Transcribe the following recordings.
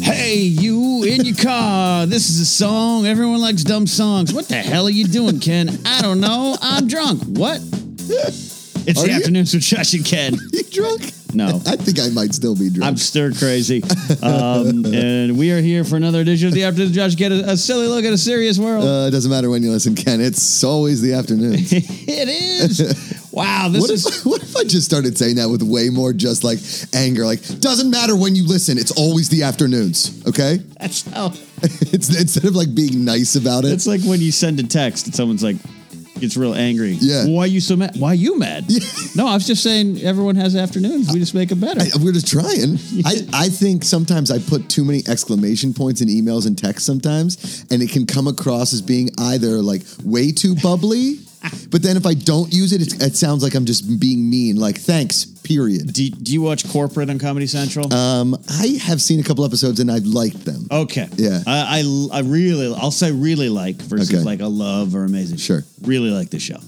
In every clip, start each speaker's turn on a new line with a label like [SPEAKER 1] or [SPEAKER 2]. [SPEAKER 1] you in your car. This is a song. Everyone likes dumb songs. What the hell are you doing, Ken? I don't know. I'm drunk. What? It's
[SPEAKER 2] Are
[SPEAKER 1] the
[SPEAKER 2] you?
[SPEAKER 1] afternoons with Josh and Ken.
[SPEAKER 2] You drunk?
[SPEAKER 1] No.
[SPEAKER 2] I think I might still be drunk.
[SPEAKER 1] I'm stir crazy. Um, and we are here for another edition of the After the Josh Get a, a silly look at a serious world.
[SPEAKER 2] uh, it doesn't matter when you listen, Ken. It's always the afternoon.
[SPEAKER 1] it is. Wow, this
[SPEAKER 2] What
[SPEAKER 1] is
[SPEAKER 2] if, what if I just started saying that with way more just like anger? Like, doesn't matter when you listen, it's always the afternoons, okay?
[SPEAKER 1] that's how
[SPEAKER 2] It's instead of like being nice about it.
[SPEAKER 1] it's like when you send a text and someone's like gets real angry.
[SPEAKER 2] Yeah.
[SPEAKER 1] Why are you so mad? Why are you mad? No, I was just saying everyone has afternoons. We just make them better.
[SPEAKER 2] I, we're just trying. I, I think sometimes I put too many exclamation points in emails and texts sometimes, and it can come across as being either like way too bubbly, but then if I don't use it, it's, it sounds like I'm just being mean. Like, thanks, period.
[SPEAKER 1] do, do you watch Corporate on Comedy Central?
[SPEAKER 2] Um, I have seen a couple episodes and I've liked them.
[SPEAKER 1] okay.
[SPEAKER 2] yeah.
[SPEAKER 1] I, I I really I'll say really like versus
[SPEAKER 2] Okay.
[SPEAKER 1] like a love or amazing.
[SPEAKER 2] Sure.
[SPEAKER 1] Really like the show.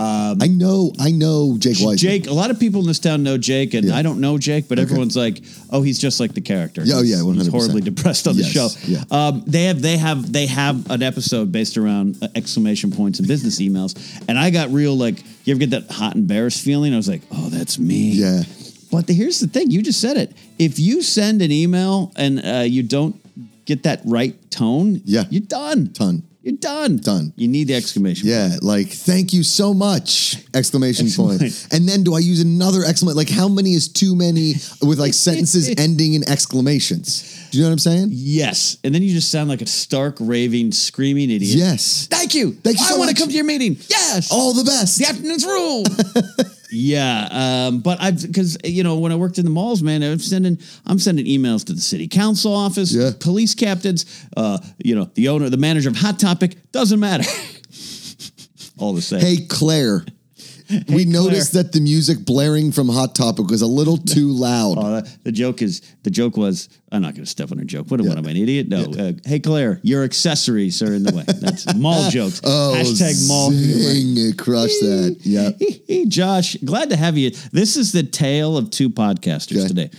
[SPEAKER 2] I know, I know Jake Weisman.
[SPEAKER 1] Um, Jake, a lot of people in this town know Jake, and
[SPEAKER 2] Yeah.
[SPEAKER 1] I don't know Jake, but everyone's like, "Oh, he's just like the character."
[SPEAKER 2] Yeah, oh, yeah,
[SPEAKER 1] He's- he's
[SPEAKER 2] 100%.
[SPEAKER 1] horribly depressed on the
[SPEAKER 2] Yes,
[SPEAKER 1] show.
[SPEAKER 2] yeah.
[SPEAKER 1] Um, they have, they have, they have an episode based around uh, exclamation points and business emails, and I got real like, you ever get that hot embarrassed feeling? I was like, "Oh, that's me."
[SPEAKER 2] Yeah.
[SPEAKER 1] But the, here's the thing: you just said it. If you send an email and uh, you don't get that right tone,
[SPEAKER 2] Yeah.
[SPEAKER 1] you're done.
[SPEAKER 2] Ton.
[SPEAKER 1] You're done.
[SPEAKER 2] Done.
[SPEAKER 1] You need the exclamation.
[SPEAKER 2] Yeah, like thank you so much! Exclamation
[SPEAKER 1] Excellent.
[SPEAKER 2] point. And then do I use another exclamation? Like how many is too many with like sentences ending in exclamations? Do you know what I'm saying?
[SPEAKER 1] Yes. And then you just sound like a stark, raving, screaming idiot.
[SPEAKER 2] Yes.
[SPEAKER 1] Thank you.
[SPEAKER 2] Thank you
[SPEAKER 1] I
[SPEAKER 2] so
[SPEAKER 1] want to
[SPEAKER 2] much. Oh,
[SPEAKER 1] come to your meeting. Yes.
[SPEAKER 2] All the best.
[SPEAKER 1] the afternoons rule. yeah. Um, but I've, because, you know, when I worked in the malls, man, I'm sending, I'm sending emails to the city council office,
[SPEAKER 2] Yeah.
[SPEAKER 1] police captains, uh, you know, the owner, the manager of Hot Topic. Doesn't matter. All the same.
[SPEAKER 2] Hey Claire. we noticed that the music blaring from Hot Topic was a little too loud.
[SPEAKER 1] Uh, the joke is the joke was I'm not going to step on her joke. What, am- what am I, an idiot? No. Uh, hey Claire, your accessories are in the way. That's mall jokes.
[SPEAKER 2] oh,
[SPEAKER 1] Hashtag mall humor.
[SPEAKER 2] zing, it crushed that. Yeah.
[SPEAKER 1] Josh, glad to have you. This is the tale of two podcasters
[SPEAKER 2] Okay.
[SPEAKER 1] today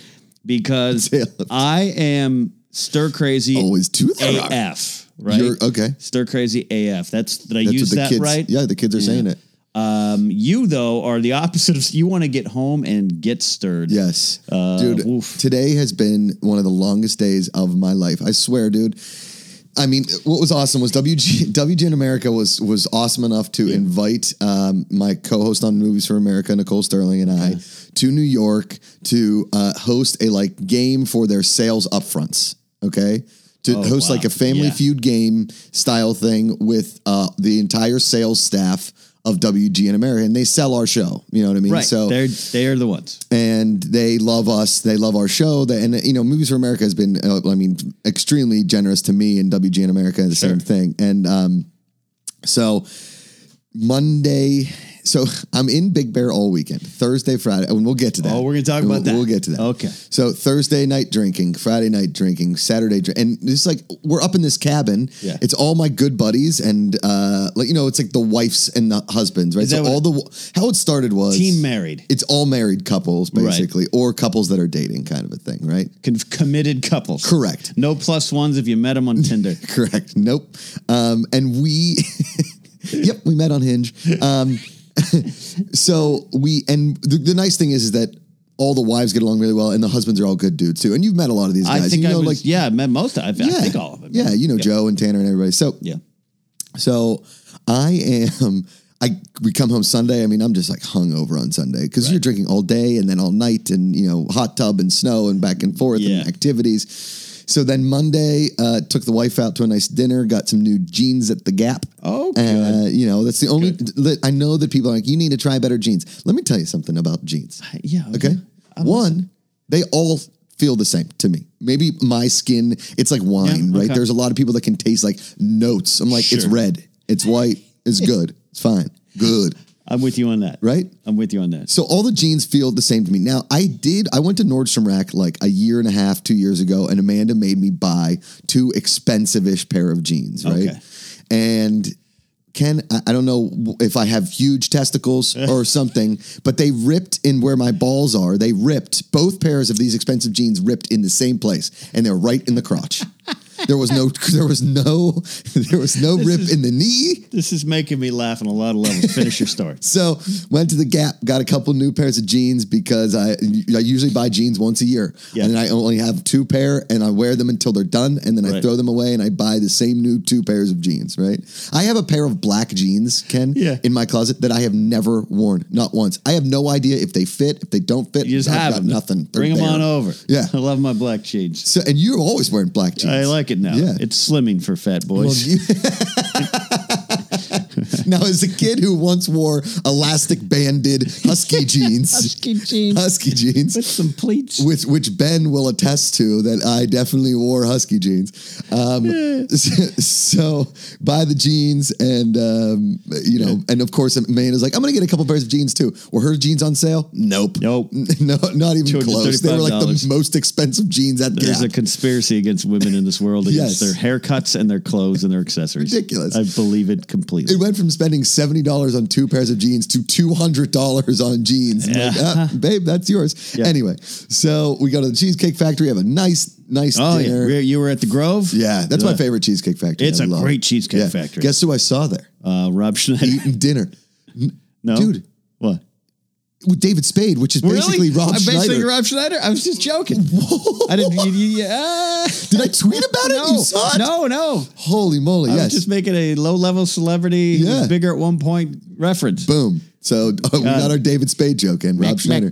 [SPEAKER 1] because
[SPEAKER 2] Tale of-
[SPEAKER 1] I am stir crazy
[SPEAKER 2] Always two there are.
[SPEAKER 1] AF, right?
[SPEAKER 2] You're- okay.
[SPEAKER 1] Stir crazy AF. That's did I
[SPEAKER 2] That's
[SPEAKER 1] use
[SPEAKER 2] what the
[SPEAKER 1] that
[SPEAKER 2] kids
[SPEAKER 1] right?
[SPEAKER 2] Yeah, the kids are saying it.
[SPEAKER 1] Um, you though are the opposite of you want to get home and get stirred.
[SPEAKER 2] Yes.
[SPEAKER 1] Uh,
[SPEAKER 2] dude,
[SPEAKER 1] oof.
[SPEAKER 2] today has been one of the longest days of my life. I swear, dude. I mean, what was awesome was WG, WGN America was was awesome enough to invite um, my co-host on Movies for America, Nicole Sterling, and I to New York to uh, host a like game for their sales upfronts. Okay, to
[SPEAKER 1] Oh,
[SPEAKER 2] host like
[SPEAKER 1] wow.
[SPEAKER 2] a Family
[SPEAKER 1] Yeah.
[SPEAKER 2] Feud game style thing with uh, the entire sales staff of WGN America, and they sell our show. You know what I mean?
[SPEAKER 1] Right.
[SPEAKER 2] So
[SPEAKER 1] they're they're the ones.
[SPEAKER 2] and they love us. They love our show. They, and you know, Movies for America has been, uh, I mean, extremely generous to me and WGN America. The same thing. And um, so Monday, so I'm in Big Bear all weekend. Thursday, Friday, and we'll get to that.
[SPEAKER 1] Oh, we're gonna talk
[SPEAKER 2] We'll-
[SPEAKER 1] about that.
[SPEAKER 2] We'll get to that.
[SPEAKER 1] Okay.
[SPEAKER 2] So Thursday night drinking, Friday night drinking, Saturday drink, and it's like we're up in this cabin.
[SPEAKER 1] Yeah.
[SPEAKER 2] It's all my good buddies, and uh, like you know, it's like the wives and the husbands, right?
[SPEAKER 1] Is that
[SPEAKER 2] So
[SPEAKER 1] what-
[SPEAKER 2] all the how it started was
[SPEAKER 1] Team married.
[SPEAKER 2] it's all married couples
[SPEAKER 1] Right.
[SPEAKER 2] basically or couples that are dating kind of a thing right
[SPEAKER 1] Con- committed couples.
[SPEAKER 2] correct
[SPEAKER 1] No plus ones if you met them on Tinder.
[SPEAKER 2] correct nope um, and we yep we met on hinge um, so we and the, the nice thing is, is that all the wives get along really well and the husbands are all good dudes too and you've met a lot of these
[SPEAKER 1] I
[SPEAKER 2] guys
[SPEAKER 1] think
[SPEAKER 2] you
[SPEAKER 1] I
[SPEAKER 2] know
[SPEAKER 1] was,
[SPEAKER 2] like
[SPEAKER 1] yeah, I met most. Of, I, I think all of them.
[SPEAKER 2] yeah you know joe and tanner and everybody so
[SPEAKER 1] Yeah.
[SPEAKER 2] So I am. I we come home Sunday. I mean, I'm just like hungover on Sunday because you're drinking all day and then all night, and you know, hot tub and snow and back and forth
[SPEAKER 1] Yeah.
[SPEAKER 2] and activities. So then Monday, uh, took the wife out to a nice dinner, got some new jeans at the Gap.
[SPEAKER 1] Oh,
[SPEAKER 2] Uh, you know, that's the only. that- I know that people are like, you need to try better jeans. Let me tell you something about jeans.
[SPEAKER 1] Yeah.
[SPEAKER 2] Okay. One, they all feel the same to me. Maybe my skin, it's like wine,
[SPEAKER 1] Yeah,
[SPEAKER 2] right?
[SPEAKER 1] okay.
[SPEAKER 2] There's a lot of people that can taste like notes. I'm like, it's
[SPEAKER 1] Sure.
[SPEAKER 2] red, it's white, it's good, it's fine, good,
[SPEAKER 1] I'm with you on that.
[SPEAKER 2] right?
[SPEAKER 1] I'm with you on that.
[SPEAKER 2] So all the jeans feel the same to me. Now I did. I went to Nordstrom Rack like a year and a half, two years ago, and Amanda made me buy two expensive-ish pair of jeans, right?
[SPEAKER 1] Okay.
[SPEAKER 2] And Ken, I, I don't know w- if I have huge testicles or something, but they ripped in where my balls are. They ripped both pairs of these expensive jeans ripped in the same place, and they're right in the crotch. There was no, there was no, there was no rip in the knee.
[SPEAKER 1] This is making me laugh on a lot of levels. Finish your story.
[SPEAKER 2] So went to the Gap, got a couple new pairs of jeans because I I usually buy jeans once a year,
[SPEAKER 1] Yeah.
[SPEAKER 2] and I only have two pair, and I wear them until they're done, and then I
[SPEAKER 1] Right.
[SPEAKER 2] throw them away, and I buy the same new two pairs of jeans. Right? I have a pair of black jeans, Ken,
[SPEAKER 1] Yeah.
[SPEAKER 2] in my closet that I have never worn, not once. I have no idea if they fit, if they don't fit.
[SPEAKER 1] You just
[SPEAKER 2] I've
[SPEAKER 1] have
[SPEAKER 2] got
[SPEAKER 1] them.
[SPEAKER 2] nothing. They're
[SPEAKER 1] Bring them
[SPEAKER 2] there.
[SPEAKER 1] on over.
[SPEAKER 2] Yeah.
[SPEAKER 1] I love my black jeans.
[SPEAKER 2] So, and you're always wearing black jeans.
[SPEAKER 1] I like it now.
[SPEAKER 2] Yeah.
[SPEAKER 1] It's slimming for fat
[SPEAKER 2] Well,
[SPEAKER 1] boys.
[SPEAKER 2] you- now, as a kid who once wore elastic banded husky jeans,
[SPEAKER 1] Husky jeans
[SPEAKER 2] husky jeans,
[SPEAKER 1] with some pleats.
[SPEAKER 2] which which Ben will attest to that I definitely wore husky jeans. Um, so buy the jeans, and um, you know, and of course, Maine is like, I'm gonna get a couple pairs of jeans too. Were her jeans on sale? Nope.
[SPEAKER 1] Nope.
[SPEAKER 2] No, not even close. They were like the
[SPEAKER 1] $235.
[SPEAKER 2] most expensive jeans at
[SPEAKER 1] There's
[SPEAKER 2] Gap.
[SPEAKER 1] a conspiracy against women in this world against
[SPEAKER 2] Yes.
[SPEAKER 1] their haircuts and their clothes and their accessories.
[SPEAKER 2] Ridiculous.
[SPEAKER 1] I believe it completely.
[SPEAKER 2] it went from spending seventy dollars on two pairs of jeans to two hundred dollars on jeans. I'm like, "Ah, babe, that's yours.
[SPEAKER 1] Yeah.
[SPEAKER 2] Anyway, so we go to the Cheesecake Factory, have a nice, nice
[SPEAKER 1] oh
[SPEAKER 2] dinner.
[SPEAKER 1] yeah, Where- you were at the Grove.
[SPEAKER 2] Yeah, that's my
[SPEAKER 1] Uh,
[SPEAKER 2] favorite Cheesecake Factory.
[SPEAKER 1] It's
[SPEAKER 2] I
[SPEAKER 1] a
[SPEAKER 2] love
[SPEAKER 1] great
[SPEAKER 2] it.
[SPEAKER 1] Cheesecake Factory.
[SPEAKER 2] Guess who I saw there
[SPEAKER 1] Uh, Rob Schneider.
[SPEAKER 2] eating dinner
[SPEAKER 1] no,
[SPEAKER 2] dude.
[SPEAKER 1] What?
[SPEAKER 2] with David Spade, which is basically Rob
[SPEAKER 1] I'm
[SPEAKER 2] Schneider.
[SPEAKER 1] basically Rob Schneider. I was just joking. I didn't. You, you, yeah.
[SPEAKER 2] Did I tweet about it?
[SPEAKER 1] no,
[SPEAKER 2] You saw it?
[SPEAKER 1] no, no.
[SPEAKER 2] Holy moly!
[SPEAKER 1] I
[SPEAKER 2] yes.
[SPEAKER 1] was just making a low level celebrity who
[SPEAKER 2] Yeah.
[SPEAKER 1] was bigger at one point reference.
[SPEAKER 2] Boom. So uh, we got our David Spade joke and Rob Schneider.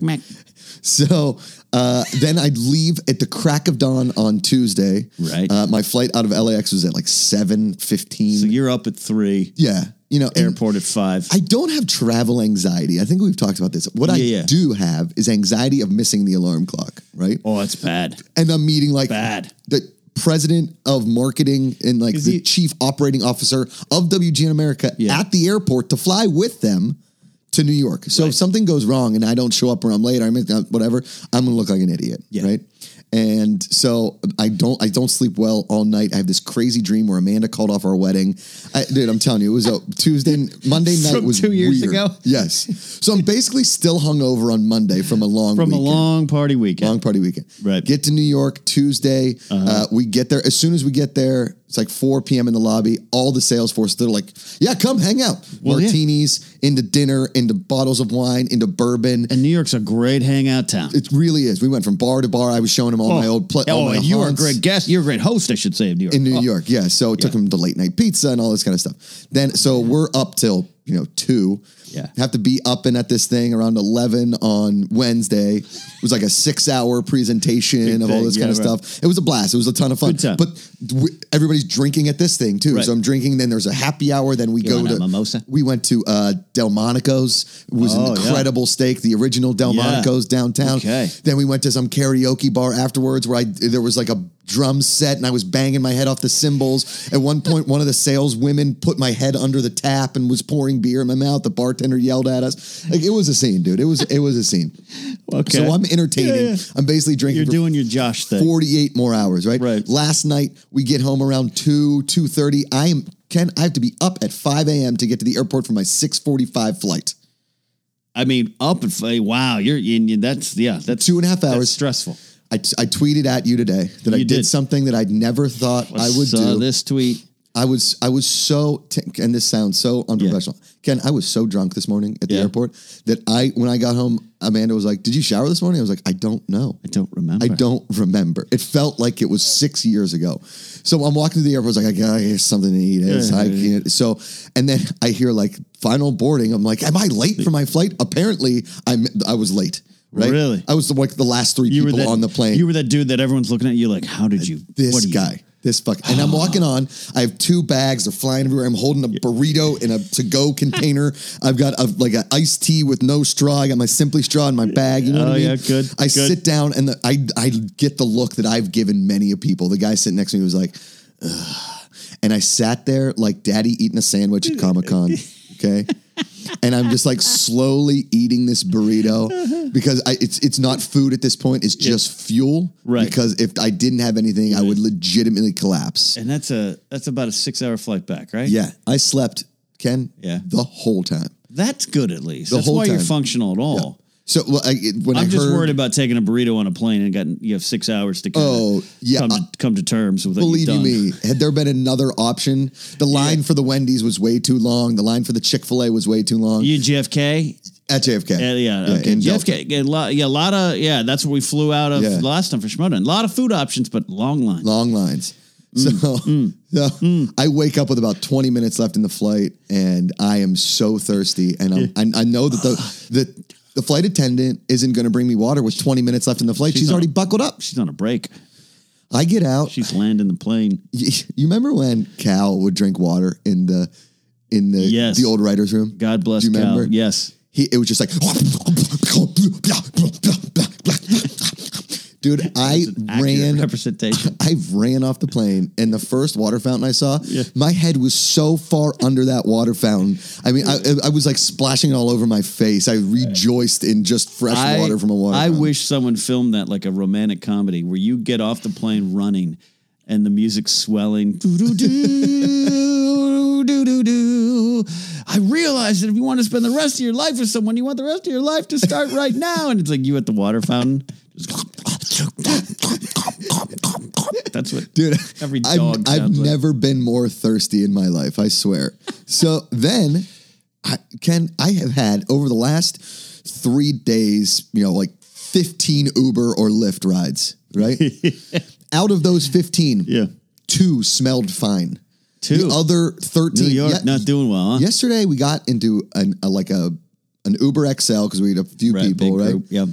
[SPEAKER 2] So uh, then I'd leave at the crack of dawn on Tuesday.
[SPEAKER 1] Right.
[SPEAKER 2] Uh, my flight out of LAX was at like seven fifteen.
[SPEAKER 1] So you're up at three,
[SPEAKER 2] yeah. You know, and-
[SPEAKER 1] airport at five.
[SPEAKER 2] I don't have travel anxiety. I think we've talked about this. What I
[SPEAKER 1] Yeah, yeah.
[SPEAKER 2] do have is anxiety of missing the alarm clock, right?
[SPEAKER 1] oh, that's bad.
[SPEAKER 2] And I'm meeting like
[SPEAKER 1] Bad.
[SPEAKER 2] the president of marketing and like
[SPEAKER 1] Is
[SPEAKER 2] the
[SPEAKER 1] he-
[SPEAKER 2] chief operating officer of WGN America
[SPEAKER 1] Yeah.
[SPEAKER 2] at the airport to fly with them to New York. So if something goes wrong and I don't show up or I'm late or I'm uh, whatever, I'm going to look like an idiot,
[SPEAKER 1] Yeah.
[SPEAKER 2] right? And so I don't I don't sleep well all night. I have this crazy dream where Amanda called off our wedding. I, dude, I'm telling you, it was a Tuesday, Monday night
[SPEAKER 1] From
[SPEAKER 2] was
[SPEAKER 1] two years
[SPEAKER 2] weird.
[SPEAKER 1] ago?
[SPEAKER 2] Yes. So I'm basically still hungover on Monday from a long
[SPEAKER 1] From
[SPEAKER 2] weekend.
[SPEAKER 1] a long party weekend.
[SPEAKER 2] Long party weekend.
[SPEAKER 1] Right. Uh-huh.
[SPEAKER 2] Get to New York Tuesday. uh we get there. As soon as we get there, it's like 4 p.m. in the lobby. All the sales force, they're like, yeah, come hang out.
[SPEAKER 1] Well, yeah.
[SPEAKER 2] Martinis, into dinner, into bottles of wine, into bourbon.
[SPEAKER 1] and New York's a great hangout town.
[SPEAKER 2] It really is. We went from bar to bar. I was showing them all my old play.
[SPEAKER 1] oh,
[SPEAKER 2] my
[SPEAKER 1] and you were a
[SPEAKER 2] haunts
[SPEAKER 1] great guest. You're a great host, I should say, of New York.
[SPEAKER 2] in New
[SPEAKER 1] Oh,
[SPEAKER 2] York. Yeah. So it took him to late night pizza and all this kind of stuff. Then so we're up till you know two.
[SPEAKER 1] Mm-hmm. Yeah.
[SPEAKER 2] Have to be up and at this thing around eleven on Wednesday. It was like a six hour presentation of all
[SPEAKER 1] thing,
[SPEAKER 2] this kind
[SPEAKER 1] yeah,
[SPEAKER 2] of
[SPEAKER 1] right.
[SPEAKER 2] stuff. It was a blast. It was a ton of fun.
[SPEAKER 1] Good time.
[SPEAKER 2] But w- everybody's drinking at this thing too.
[SPEAKER 1] Right.
[SPEAKER 2] So I'm drinking. Then there's a happy hour. Then we go
[SPEAKER 1] want a
[SPEAKER 2] to
[SPEAKER 1] mimosa?
[SPEAKER 2] We went to uh, Delmonico's. It was
[SPEAKER 1] Oh,
[SPEAKER 2] an
[SPEAKER 1] yeah.
[SPEAKER 2] incredible steak. The original Delmonico's downtown.
[SPEAKER 1] Okay.
[SPEAKER 2] Then we went to some karaoke bar afterwards where I there was like a drum set and I was banging my head off the cymbals. At one point, one of the saleswomen put my head under the tap and was pouring beer in my mouth. The bartender yelled at us. Like it was a scene, dude. It was it was a scene.
[SPEAKER 1] Okay.
[SPEAKER 2] So I'm entertaining.
[SPEAKER 1] Yeah, yeah.
[SPEAKER 2] I'm basically drinking
[SPEAKER 1] You're
[SPEAKER 2] for
[SPEAKER 1] doing your Josh thing.
[SPEAKER 2] 48 more hours, right?
[SPEAKER 1] Right.
[SPEAKER 2] Last night we get home around 2, 2:30. I am Ken, I have to be up at 5 a.m. to get to the airport for my 645 flight.
[SPEAKER 1] I mean, up and f- wow, you're in. you- That's yeah, that's
[SPEAKER 2] Two and a half
[SPEAKER 1] that's
[SPEAKER 2] hours.
[SPEAKER 1] stressful.
[SPEAKER 2] I, I tweeted at you today that I
[SPEAKER 1] You
[SPEAKER 2] did,
[SPEAKER 1] did.
[SPEAKER 2] something that I'd never thought I would
[SPEAKER 1] saw
[SPEAKER 2] do.
[SPEAKER 1] this tweet.
[SPEAKER 2] I was I was so t- and this sounds so unprofessional. Ken, I was so drunk this morning at the
[SPEAKER 1] Yeah.
[SPEAKER 2] airport that I when I got home, Amanda was like, "Did you shower this morning?" I was like, "I don't know."
[SPEAKER 1] I don't remember.
[SPEAKER 2] I don't remember. It felt like it was six years ago. So I'm walking to the airport. I was like, I gotta get something to eat. It's- I can't. So, and then I hear like final boarding. I'm like, am I late for my flight? Apparently, I'm. I was late. Right?
[SPEAKER 1] Really?
[SPEAKER 2] I was the, like the last three
[SPEAKER 1] You were
[SPEAKER 2] people
[SPEAKER 1] that,
[SPEAKER 2] on the plane
[SPEAKER 1] You were that dude that everyone's looking at you like, how did you?
[SPEAKER 2] this
[SPEAKER 1] what are you-
[SPEAKER 2] guy. This fuck. And I'm walking on. I have two bags. They're flying everywhere. I'm holding a burrito in a to-go container. I've got a, like an iced tea with no straw. I got my Simply straw in my bag. You know what
[SPEAKER 1] Oh,
[SPEAKER 2] I mean?
[SPEAKER 1] yeah, good,
[SPEAKER 2] I
[SPEAKER 1] good.
[SPEAKER 2] sit down and the, I I get the look that I've given many a people. The guy sitting next to me was like, "Ugh." and I sat there like daddy eating a sandwich at Comic Con. Okay. And I'm just like slowly eating this burrito because I, it's it's not food at this point. It's just fuel.
[SPEAKER 1] Right.
[SPEAKER 2] Because because if I didn't have anything, I would legitimately collapse.
[SPEAKER 1] And that's a that's about a six hour flight back, right?
[SPEAKER 2] Yeah, I slept Ken.
[SPEAKER 1] Yeah.
[SPEAKER 2] The whole time.
[SPEAKER 1] That's good at least.
[SPEAKER 2] The
[SPEAKER 1] That's
[SPEAKER 2] whole
[SPEAKER 1] why you're
[SPEAKER 2] time.
[SPEAKER 1] functional at all.
[SPEAKER 2] So well, I, it- when
[SPEAKER 1] I'm
[SPEAKER 2] I
[SPEAKER 1] just
[SPEAKER 2] heard,
[SPEAKER 1] worried about taking a burrito on a plane and got you have six hours to kinda
[SPEAKER 2] Oh, yeah,
[SPEAKER 1] come, to,
[SPEAKER 2] uh,
[SPEAKER 1] come to terms with what
[SPEAKER 2] Believe you
[SPEAKER 1] you've done.
[SPEAKER 2] me, had there been another option, the line for the Wendy's was way too long. The line for the Chick Fil A was way too long.
[SPEAKER 1] You JFK?
[SPEAKER 2] at JFK,
[SPEAKER 1] Yeah, yeah, okay.
[SPEAKER 2] in Delta.
[SPEAKER 1] JFK. A lot, yeah, a lot of yeah. That's where we flew out of
[SPEAKER 2] Yeah.
[SPEAKER 1] the last time for Schmoden. A lot of food options, but long line.
[SPEAKER 2] long lines.
[SPEAKER 1] Mm,
[SPEAKER 2] So, so I wake up with about 20 minutes left in the flight and I am so thirsty. And I'm, I, I know that the, the, the flight attendant isn't going to bring me water with 20 minutes left in the flight. She's,
[SPEAKER 1] on-
[SPEAKER 2] already buckled up.
[SPEAKER 1] She's on a break.
[SPEAKER 2] I get out.
[SPEAKER 1] She's landing the plane.
[SPEAKER 2] You you remember when Cal would drink water in the, in the,
[SPEAKER 1] Yes.
[SPEAKER 2] the old writer's room?
[SPEAKER 1] God bless
[SPEAKER 2] Do you
[SPEAKER 1] Cal.
[SPEAKER 2] remember?
[SPEAKER 1] Yes.
[SPEAKER 2] He, it was just like, dude, I
[SPEAKER 1] Accurate
[SPEAKER 2] ran
[SPEAKER 1] representation.
[SPEAKER 2] I ran off the plane, and the first water fountain I saw, my head was so far under that water fountain. I mean, I, I was like splashing all over my face. I rejoiced in just fresh
[SPEAKER 1] I,
[SPEAKER 2] water from a water
[SPEAKER 1] I
[SPEAKER 2] fountain.
[SPEAKER 1] wish someone filmed that like a romantic comedy where you get off the plane running and the music's swelling. Doo-doo-doo, doo-doo-doo. I realize that if you want to spend the rest of your life with someone, you want the rest of your life to start right now. And it's like you at the water fountain. Just That's what
[SPEAKER 2] Dude,
[SPEAKER 1] every
[SPEAKER 2] I've-
[SPEAKER 1] dog
[SPEAKER 2] I've,
[SPEAKER 1] sounds like.
[SPEAKER 2] never been more thirsty in my life, I swear. so then, I, Ken, I have had over the last three days, you know, like 15 Uber or Lyft rides, right? Out of those 15,
[SPEAKER 1] Yeah.
[SPEAKER 2] two smelled fine.
[SPEAKER 1] Two?
[SPEAKER 2] The other 13.
[SPEAKER 1] New York
[SPEAKER 2] yeah,
[SPEAKER 1] not doing well, huh?
[SPEAKER 2] yesterday we got into an, a, like a an Uber XL because we had a few
[SPEAKER 1] Right, big
[SPEAKER 2] people, right?
[SPEAKER 1] group, Yeah.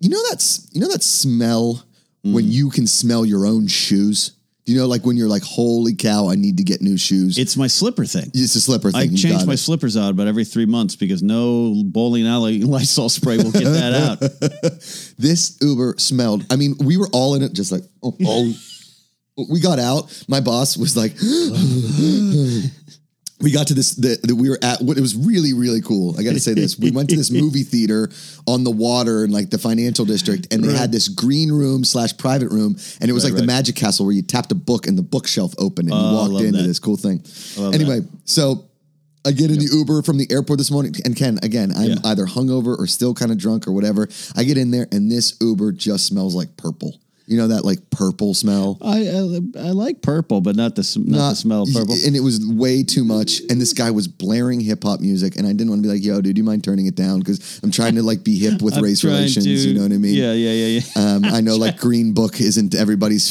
[SPEAKER 2] You know that's you know that smell
[SPEAKER 1] Mm.
[SPEAKER 2] when you can smell your own shoes. Do you know like when you're like, holy cow, I need to get new shoes.
[SPEAKER 1] It's my slipper thing.
[SPEAKER 2] it's a slipper thing.
[SPEAKER 1] I
[SPEAKER 2] you
[SPEAKER 1] change
[SPEAKER 2] got
[SPEAKER 1] my
[SPEAKER 2] it.
[SPEAKER 1] slippers out about every three months because no bowling alley Lysol spray will get that out.
[SPEAKER 2] This Uber smelled. I mean, we were all in it, just like oh, oh. we got out. My boss was like. We got to this that that we were at. What it was really really cool. I got to say this. We went to this movie theater on the water in like the financial district, and they had this green room slash private room, and it was like the Magic Castle where you tapped a book and the bookshelf opened and you
[SPEAKER 1] love
[SPEAKER 2] walked into
[SPEAKER 1] that.
[SPEAKER 2] this cool thing. Anyway, so I get in the Uber from the airport this morning, and Ken, again, I'm
[SPEAKER 1] Yeah.
[SPEAKER 2] either hungover or still kind of drunk or whatever. I get in there, and this Uber just smells like purple. You know that like purple smell.
[SPEAKER 1] I, I I like purple, but not the s- not, the smell of purple.
[SPEAKER 2] And it was way too much. And this guy was blaring hip hop music, and I didn't want to be like, "Yo, dude, you mind turning it down?" Because I'm trying to like be hip with race
[SPEAKER 1] Trying
[SPEAKER 2] relations.
[SPEAKER 1] to-
[SPEAKER 2] you know what I mean?
[SPEAKER 1] Yeah, yeah, yeah, yeah.
[SPEAKER 2] Um, I know like Green Book isn't everybody's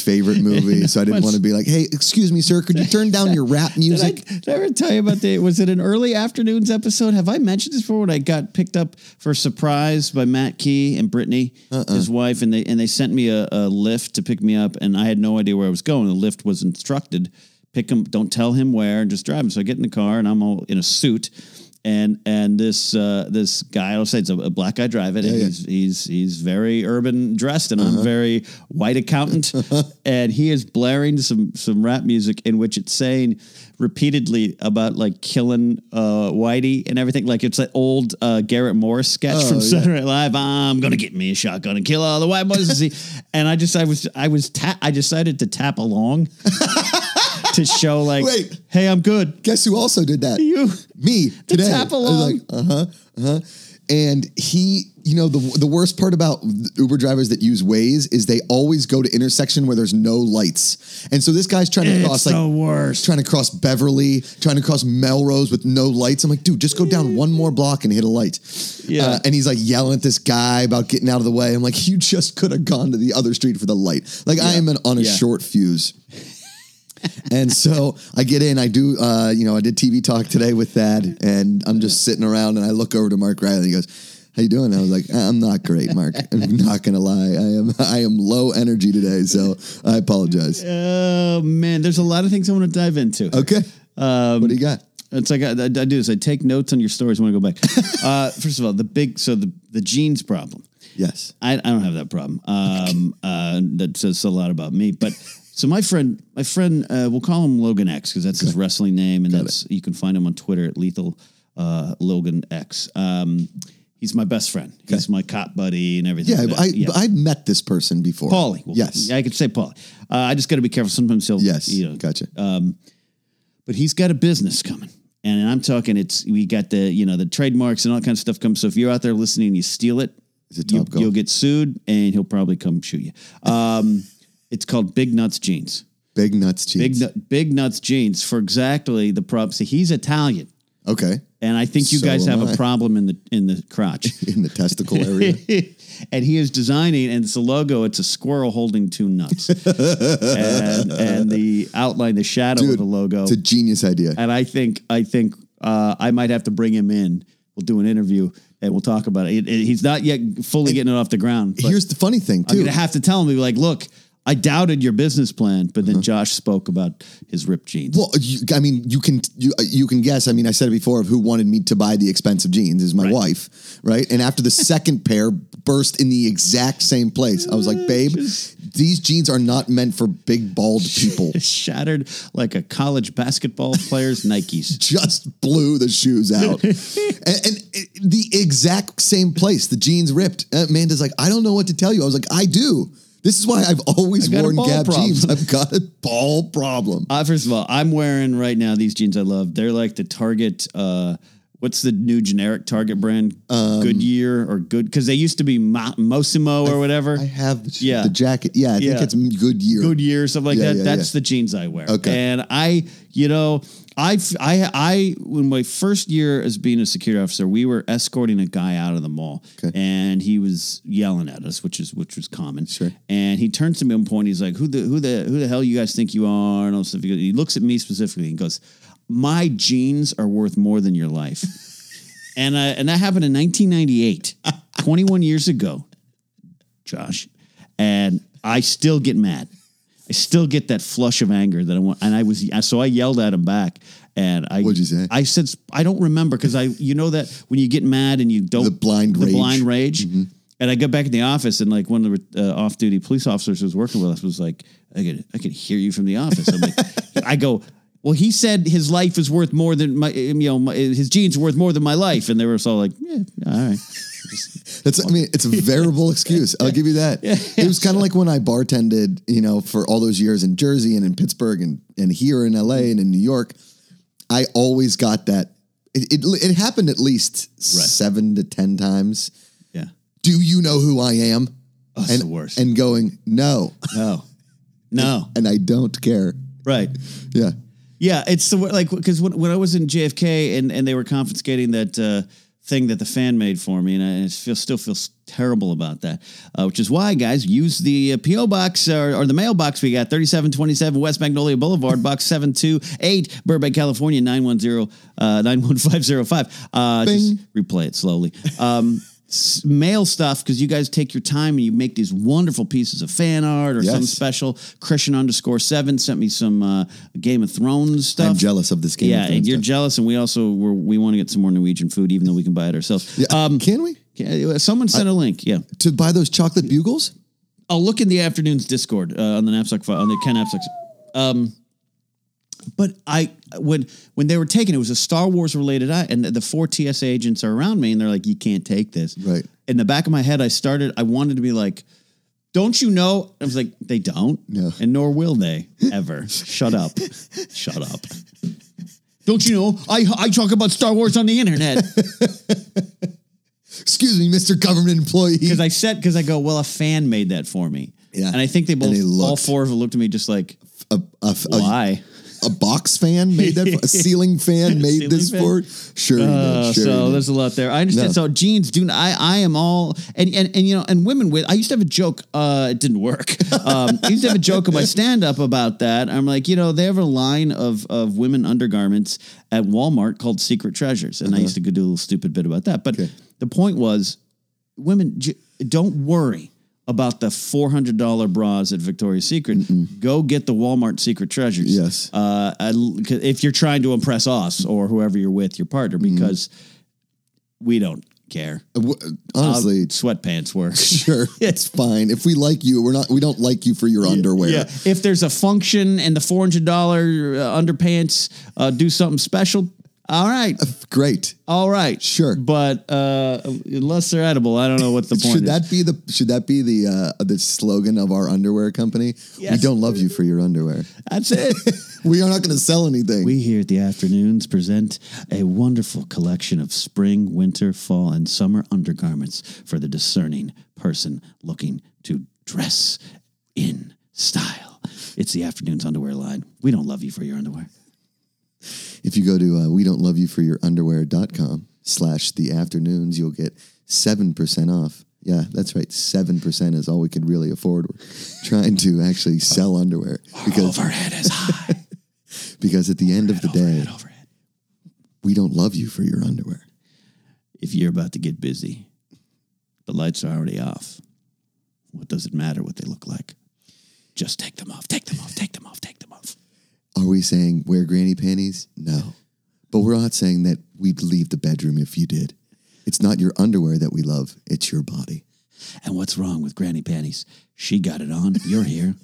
[SPEAKER 2] favorite movie, so I didn't want to be like, "Hey, excuse me, sir, could you turn down your rap
[SPEAKER 1] Did I,
[SPEAKER 2] music?"
[SPEAKER 1] did I ever tell you about the? Was it an early afternoons episode? Have I mentioned this before? When I got picked up for a surprise by Matt Key and Brittany, his wife, and they and they sent me a, a lift to pick me up, and I had no idea where I was going. The lift was instructed, pick him, don't tell him where, and just drive him. So I get in the car, and I'm all in a suit. And and this uh, this guy, I'll say it's a, a black guy driving, and he's he's he's very urban dressed, and I'm very white accountant, and he is blaring some some rap music in which it's saying repeatedly about like killing uh, Whitey and everything. Like it's an old uh, Garrett Morris sketch
[SPEAKER 2] Oh,
[SPEAKER 1] from Saturday Night Live. I'm gonna get me a shotgun and kill all the white boys. See, and I just I was I was ta- I decided to tap along to show like,
[SPEAKER 2] Wait.
[SPEAKER 1] hey, I'm good.
[SPEAKER 2] Guess who also did that?
[SPEAKER 1] You
[SPEAKER 2] me today.
[SPEAKER 1] tap
[SPEAKER 2] I was
[SPEAKER 1] along.
[SPEAKER 2] like, uh huh, uh huh. And he, you know, the the worst part about Uber drivers that use Waze is they always go to intersection where there's no lights. And so this guy's trying to
[SPEAKER 1] it's
[SPEAKER 2] cross like
[SPEAKER 1] the worst.
[SPEAKER 2] trying to cross Beverly, trying to cross Melrose with no lights. I'm like, dude, just go down one more block and hit a light. Uh,
[SPEAKER 1] Yeah.
[SPEAKER 2] and he's like yelling at this guy about getting out of the way. I'm like, you just could have gone to the other street for the light. Like I am an on a
[SPEAKER 1] Yeah.
[SPEAKER 2] short fuse. and so I get in, I do, uh, you know, I did TV talk today with that, and I'm just sitting around, and I look over to Mark Riley, and he goes, "How you doing?" I was like, "I'm not great, Mark. I'm not gonna lie. I am, I am low energy today, so I apologize."
[SPEAKER 1] Oh man, there's a lot of things I want to dive into.
[SPEAKER 2] Okay,
[SPEAKER 1] Um,
[SPEAKER 2] what do you got?
[SPEAKER 1] It's like I, I do this. I take notes on your stories when I go back. uh, first of all, the big so the the jeans problem.
[SPEAKER 2] Yes.
[SPEAKER 1] I, I don't have that problem. Um, uh, that says a lot about me. But so my friend, my friend, uh, we'll call him Logan X because that's his wrestling name, and that's you can find him on Twitter at lethal uh, Logan X. Um, he's my best friend. He's my cop buddy and everything.
[SPEAKER 2] Yeah,
[SPEAKER 1] like
[SPEAKER 2] I,
[SPEAKER 1] that.
[SPEAKER 2] I, I met this person before.
[SPEAKER 1] Paulie. Well,
[SPEAKER 2] Yes.
[SPEAKER 1] I could say Paulie. Uh, I just got to be careful. Sometimes he'll
[SPEAKER 2] Yes.
[SPEAKER 1] you know,
[SPEAKER 2] Gotcha.
[SPEAKER 1] but he's got a business coming And I'm talking, it's we got the you know the trademarks and all that kind of stuff comes. So if you're out there listening and you steal it,
[SPEAKER 2] it
[SPEAKER 1] you,
[SPEAKER 2] Top Golf?
[SPEAKER 1] you'll get sued, and he'll probably come shoot you. Um, it's called Big Nuts Jeans.
[SPEAKER 2] Big nuts
[SPEAKER 1] Big
[SPEAKER 2] cheese.
[SPEAKER 1] nu- Big Nuts Jeans for exactly the problem. See, he's Italian,
[SPEAKER 2] okay.
[SPEAKER 1] and I think you
[SPEAKER 2] So
[SPEAKER 1] guys
[SPEAKER 2] am
[SPEAKER 1] have a
[SPEAKER 2] I.
[SPEAKER 1] problem in the in the crotch.
[SPEAKER 2] In the testicle area.
[SPEAKER 1] and he is designing, and it's a logo. It's a squirrel holding two nuts, and, and the outline, the shadow of
[SPEAKER 2] Dude,
[SPEAKER 1] the logo.
[SPEAKER 2] It's a genius idea.
[SPEAKER 1] and I think, I think, uh, I might have to bring him in. We'll do an interview, and we'll talk about it. It- it- he's not yet fully getting it off the ground. But
[SPEAKER 2] Here's the funny thing,
[SPEAKER 1] I'm
[SPEAKER 2] too.
[SPEAKER 1] gonna have to tell him. Be like, look. I doubted your business plan, but
[SPEAKER 2] Uh-huh.
[SPEAKER 1] then Josh spoke about his ripped jeans.
[SPEAKER 2] Well, you, I mean, you can you uh, you can guess. I mean, I said it before of who wanted me to buy the expensive jeans is my wife, right? And after the second pair burst in the exact same place, I was
[SPEAKER 1] Uh,
[SPEAKER 2] like, babe, these jeans are not meant for big bald people.
[SPEAKER 1] shattered like a college basketball player's Nikes.
[SPEAKER 2] Just blew the shoes out, and, and it- the exact same place. The jeans ripped. Uh, Amanda's like, I don't know what to tell you. I was like, I do. This is why I've always
[SPEAKER 1] I got a
[SPEAKER 2] worn
[SPEAKER 1] ball
[SPEAKER 2] Gap
[SPEAKER 1] problem.
[SPEAKER 2] jeans. I've got a ball problem.
[SPEAKER 1] Uh, first of all, I'm wearing right now these jeans I love. They're like the Target. Uh, what's the new generic Target brand? Goodyear or Good? Because they used to be Mo- Mosimo or whatever.
[SPEAKER 2] Um, I have the,
[SPEAKER 1] Yeah.
[SPEAKER 2] the jacket. Yeah, I
[SPEAKER 1] Yeah.
[SPEAKER 2] think it's good year.
[SPEAKER 1] Goodyear, something like
[SPEAKER 2] Yeah,
[SPEAKER 1] that.
[SPEAKER 2] yeah,
[SPEAKER 1] That's
[SPEAKER 2] yeah.
[SPEAKER 1] the jeans I wear.
[SPEAKER 2] Okay.
[SPEAKER 1] And I, you know, I, I, I, when my first year as being a security officer, we were escorting a guy out of the mall,
[SPEAKER 2] Okay.
[SPEAKER 1] and he was yelling at us, which is which was common. Sure. And he turns to me at one point. He's like, "Who the who the who the hell you guys think you are?" And all this stuff. He goes- He looks at me specifically and goes, "My jeans are worth more than your life." and uh, and that happened in 1998, 21 years ago, Josh, and I still get mad. I still get that flush of anger that I want, and I was so I yelled at him back, and I
[SPEAKER 2] What'd you say?
[SPEAKER 1] I said I don't remember because I you know that when you get mad and you don't
[SPEAKER 2] The blind
[SPEAKER 1] the
[SPEAKER 2] rage. Mm-hmm.
[SPEAKER 1] blind rage. And I got back in the office, and like one of the uh, off-duty police officers who was working with us was like, "I could, I could hear you from the office." I'm like, I go, "Well, he said his life is worth more than my, you know, my, his jeans are worth more than my life," and they were all like, "Yeah, all right."
[SPEAKER 2] That's, I mean, it's a variable excuse. I'll give you that. It was kind of like when I bartended, you know, for all those years in Jersey and in Pittsburgh and, and here in LA and in New York. I always got that. It, it, it happened at least
[SPEAKER 1] Right.
[SPEAKER 2] seven to 10 times.
[SPEAKER 1] Yeah.
[SPEAKER 2] Do you know who I am?
[SPEAKER 1] That's
[SPEAKER 2] and,
[SPEAKER 1] Oh, the worst.
[SPEAKER 2] And going, no,
[SPEAKER 1] no. No.
[SPEAKER 2] and I don't care.
[SPEAKER 1] Right.
[SPEAKER 2] Yeah.
[SPEAKER 1] Yeah. It's the wor- like because when, when I was in JFK and and they were confiscating that uh, thing that the fan made for me, and I, and I feel still feel s- terrible about that, uh, which is why guys use the uh, PO box or, or the mailbox we got thirty seven twenty seven West Magnolia Boulevard, box seven two eight, Burbank, California nine one zero uh, nine one five zero five. Uh, Just replay it slowly. Um, s- mail stuff because you guys take your time and you make these wonderful pieces of fan art or
[SPEAKER 2] Yes.
[SPEAKER 1] something special. Christian underscore seven sent me some uh, Game of Thrones stuff.
[SPEAKER 2] I'm jealous of this game.
[SPEAKER 1] yeah, and you're jealous, and we also were, we want to get some more Norwegian food, even though we can buy it ourselves.
[SPEAKER 2] yeah,
[SPEAKER 1] Uh,
[SPEAKER 2] can we?
[SPEAKER 1] yeah, someone sent a link. Yeah,
[SPEAKER 2] To buy those chocolate bugles?
[SPEAKER 1] I'll look in the afternoon's Discord uh, on the knapsack file on the Ken knapsack. Um, but I when when they were taken, it was a Star Wars related. I and the four TSA agents are around me, and they're like, "You can't take this."
[SPEAKER 2] Right.
[SPEAKER 1] In the back of my head, I started. I wanted to be like, "Don't you know?" I was like, "They don't."
[SPEAKER 2] No.
[SPEAKER 1] And nor will they ever. Shut up. Shut up. Don't you know? I I talk about Star Wars on the internet.
[SPEAKER 2] Excuse me, Mr. Government employee.
[SPEAKER 1] because I said because I go, well, a fan made that for me.
[SPEAKER 2] Yeah.
[SPEAKER 1] and I think they both
[SPEAKER 2] they looked.
[SPEAKER 1] all four of them looked at me just like
[SPEAKER 2] a, a- a-
[SPEAKER 1] why.
[SPEAKER 2] a box fan made that. For, a ceiling fan made
[SPEAKER 1] Ceiling
[SPEAKER 2] this
[SPEAKER 1] fan?
[SPEAKER 2] for. it? Sure, he did,
[SPEAKER 1] Uh,
[SPEAKER 2] sure.
[SPEAKER 1] so
[SPEAKER 2] he did.
[SPEAKER 1] there's a lot there. I understand.
[SPEAKER 2] No.
[SPEAKER 1] So jeans do. not- I I am all and, and and you know and women with. I used to have a joke. Uh, it didn't work. Um, I used to have a joke in my stand up about that. I'm like, you know, they have a line of of women undergarments at Walmart called Secret Treasures,
[SPEAKER 2] Uh-huh.
[SPEAKER 1] and I used to go do a little stupid bit about that. But the point was, women j- don't worry about the $400 bras at Victoria's Secret. Go get the Walmart Secret Treasures.
[SPEAKER 2] Yes.
[SPEAKER 1] Uh, I- c- if you're trying to impress us or whoever you're with, your partner,
[SPEAKER 2] Mm-hmm.
[SPEAKER 1] because we don't care. Uh,
[SPEAKER 2] W- honestly,
[SPEAKER 1] Sweatpants work.
[SPEAKER 2] sure, it's fine. If we like you, we're not. We don't like you for your underwear.
[SPEAKER 1] Yeah. If there's a function and the $400 uh, underpants uh, do something special, All right.
[SPEAKER 2] Great.
[SPEAKER 1] All right.
[SPEAKER 2] Sure.
[SPEAKER 1] But uh, unless they're edible, I don't know what the point
[SPEAKER 2] should
[SPEAKER 1] is.
[SPEAKER 2] that be the should that be the uh, the slogan of our underwear company? We
[SPEAKER 1] Yes.
[SPEAKER 2] don't love you for your underwear.
[SPEAKER 1] That's it.
[SPEAKER 2] We are not going to sell anything.
[SPEAKER 1] we here at the afternoons present a wonderful collection of spring, winter, fall, and summer undergarments for the discerning person looking to dress in style. It's the afternoons underwear line. We don't love you for your underwear.
[SPEAKER 2] if you go to uh, we don't love you for your underwear.com slash the afternoons, you'll get 7% off. Yeah, that's right. 7% is all we could really afford. We're trying to actually sell underwear because
[SPEAKER 1] Overhead is high.
[SPEAKER 2] because at the end of the day,
[SPEAKER 1] overhead, overhead.
[SPEAKER 2] we don't love you for your underwear.
[SPEAKER 1] If you're about to get busy, the lights are already off. What does it matter what they look like? Just take them off. Take them off. Take them off. Take them off.
[SPEAKER 2] Are we saying wear granny panties? No. But we're not saying that we'd leave the bedroom if you did. It's not your underwear that we love, it's your body.
[SPEAKER 1] And what's wrong with Granny Panties? She got it on. You're here.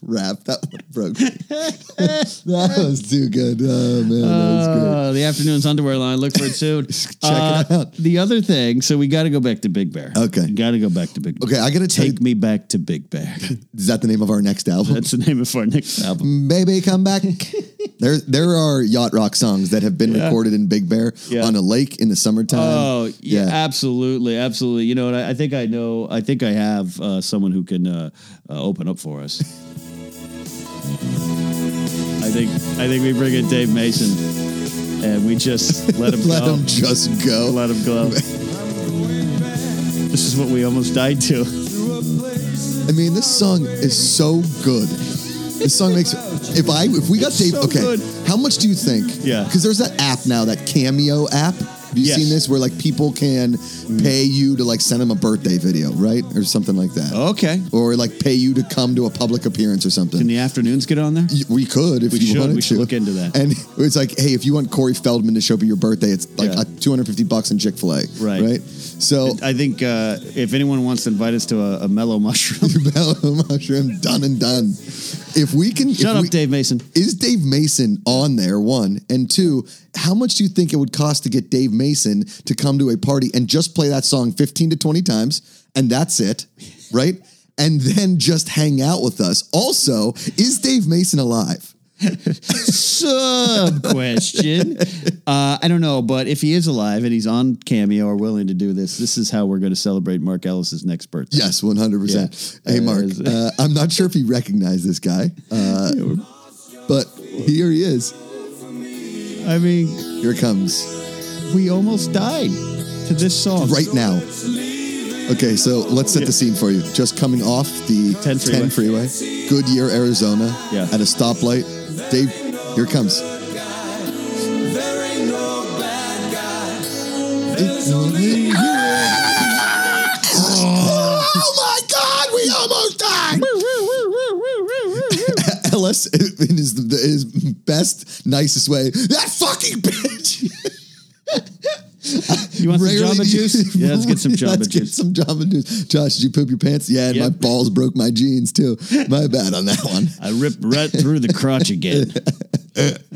[SPEAKER 2] Wrap that one broke. me. that was too good. Oh man, that was good.
[SPEAKER 1] Uh, the afternoon's underwear line. Look for it soon. Check
[SPEAKER 2] it out.
[SPEAKER 1] The other thing, so we got to go back to Big Bear.
[SPEAKER 2] Okay.
[SPEAKER 1] Got to go back to Big Bear.
[SPEAKER 2] Okay, I gotta tell you,
[SPEAKER 1] Take me back to Big Bear.
[SPEAKER 2] is that the name of our next album?
[SPEAKER 1] That's the name of our next album.
[SPEAKER 2] Baby, come back. there, there are yacht rock songs that have been recorded in Big Bear
[SPEAKER 1] Yeah.
[SPEAKER 2] on a lake in the summertime.
[SPEAKER 1] Oh yeah,
[SPEAKER 2] Yeah.
[SPEAKER 1] absolutely, absolutely. You know, and I, I think I know. I think I have uh, someone who can uh, uh, open up for us. I think I think we bring in Dave Mason, and we just let him
[SPEAKER 2] Let
[SPEAKER 1] go.
[SPEAKER 2] them just go.
[SPEAKER 1] Let him go. this is what we almost died to.
[SPEAKER 2] I mean, this song is so good. This song makes. If I, if we got
[SPEAKER 1] It's
[SPEAKER 2] Dave,
[SPEAKER 1] so
[SPEAKER 2] okay,
[SPEAKER 1] good.
[SPEAKER 2] how much do you think?
[SPEAKER 1] Yeah.
[SPEAKER 2] Because there's that app now, that Cameo app. Have you
[SPEAKER 1] Yes. Mm.
[SPEAKER 2] seen this? Where like people can pay you to like send them a birthday video, right, or something like that,
[SPEAKER 1] Okay.
[SPEAKER 2] or like pay you to come to a public appearance or something.
[SPEAKER 1] Oh. Can the afternoons get on there?
[SPEAKER 2] Y- We could if
[SPEAKER 1] We
[SPEAKER 2] you
[SPEAKER 1] should.
[SPEAKER 2] wanted
[SPEAKER 1] We should
[SPEAKER 2] to
[SPEAKER 1] look into that.
[SPEAKER 2] And it's like, hey, if you want Corey Feldman to show up at your birthday, it's like
[SPEAKER 1] Yeah.
[SPEAKER 2] uh 250 bucks in Chick Fil A,
[SPEAKER 1] Right.
[SPEAKER 2] Right. So
[SPEAKER 1] I think uh, if anyone wants to invite us to a, a mellow mushroom,
[SPEAKER 2] Bella mushroom done and done. If we can,
[SPEAKER 1] shut
[SPEAKER 2] if
[SPEAKER 1] up,
[SPEAKER 2] we-
[SPEAKER 1] Dave Mason.
[SPEAKER 2] Is Dave Mason on there? One and two. How much do you think it would cost to get Dave Mason to come to a party and just play that song 15 to 20 times, and that's it, right? And then just hang out with us. Also, is Dave Mason alive?
[SPEAKER 1] Sub question. Uh, I don't know, but if he is alive and he's on Cameo or willing to do this, this is how we're going to celebrate Mark Ellis's next birthday.
[SPEAKER 2] Yes, one hundred percent.
[SPEAKER 1] Yeah.
[SPEAKER 2] Hey, Mark.
[SPEAKER 1] Uh,
[SPEAKER 2] Uh, I'm not sure if he recognized this guy, uh, but here he is.
[SPEAKER 1] I mean,
[SPEAKER 2] Here it comes
[SPEAKER 1] we almost died to this song.
[SPEAKER 2] right now. Okay, so let's set the scene for you. Just coming off the
[SPEAKER 1] 10 freeway.
[SPEAKER 2] freeway, Goodyear, Arizona,
[SPEAKER 1] Yeah.
[SPEAKER 2] at a stoplight. Dave, here it comes. Oh Oh my God, we almost died! LS in his, his best, nicest way. That fucking bitch.
[SPEAKER 1] You want some
[SPEAKER 2] Rarely
[SPEAKER 1] Jamba
[SPEAKER 2] do you-
[SPEAKER 1] Juice? Yeah, let's get some Jamba
[SPEAKER 2] Let's Get
[SPEAKER 1] Juice.
[SPEAKER 2] some Jamba Juice. Josh, did you poop your pants? Yeah, and
[SPEAKER 1] Yep.
[SPEAKER 2] my balls broke my jeans too. My bad on that one.
[SPEAKER 1] I ripped right through the crotch again.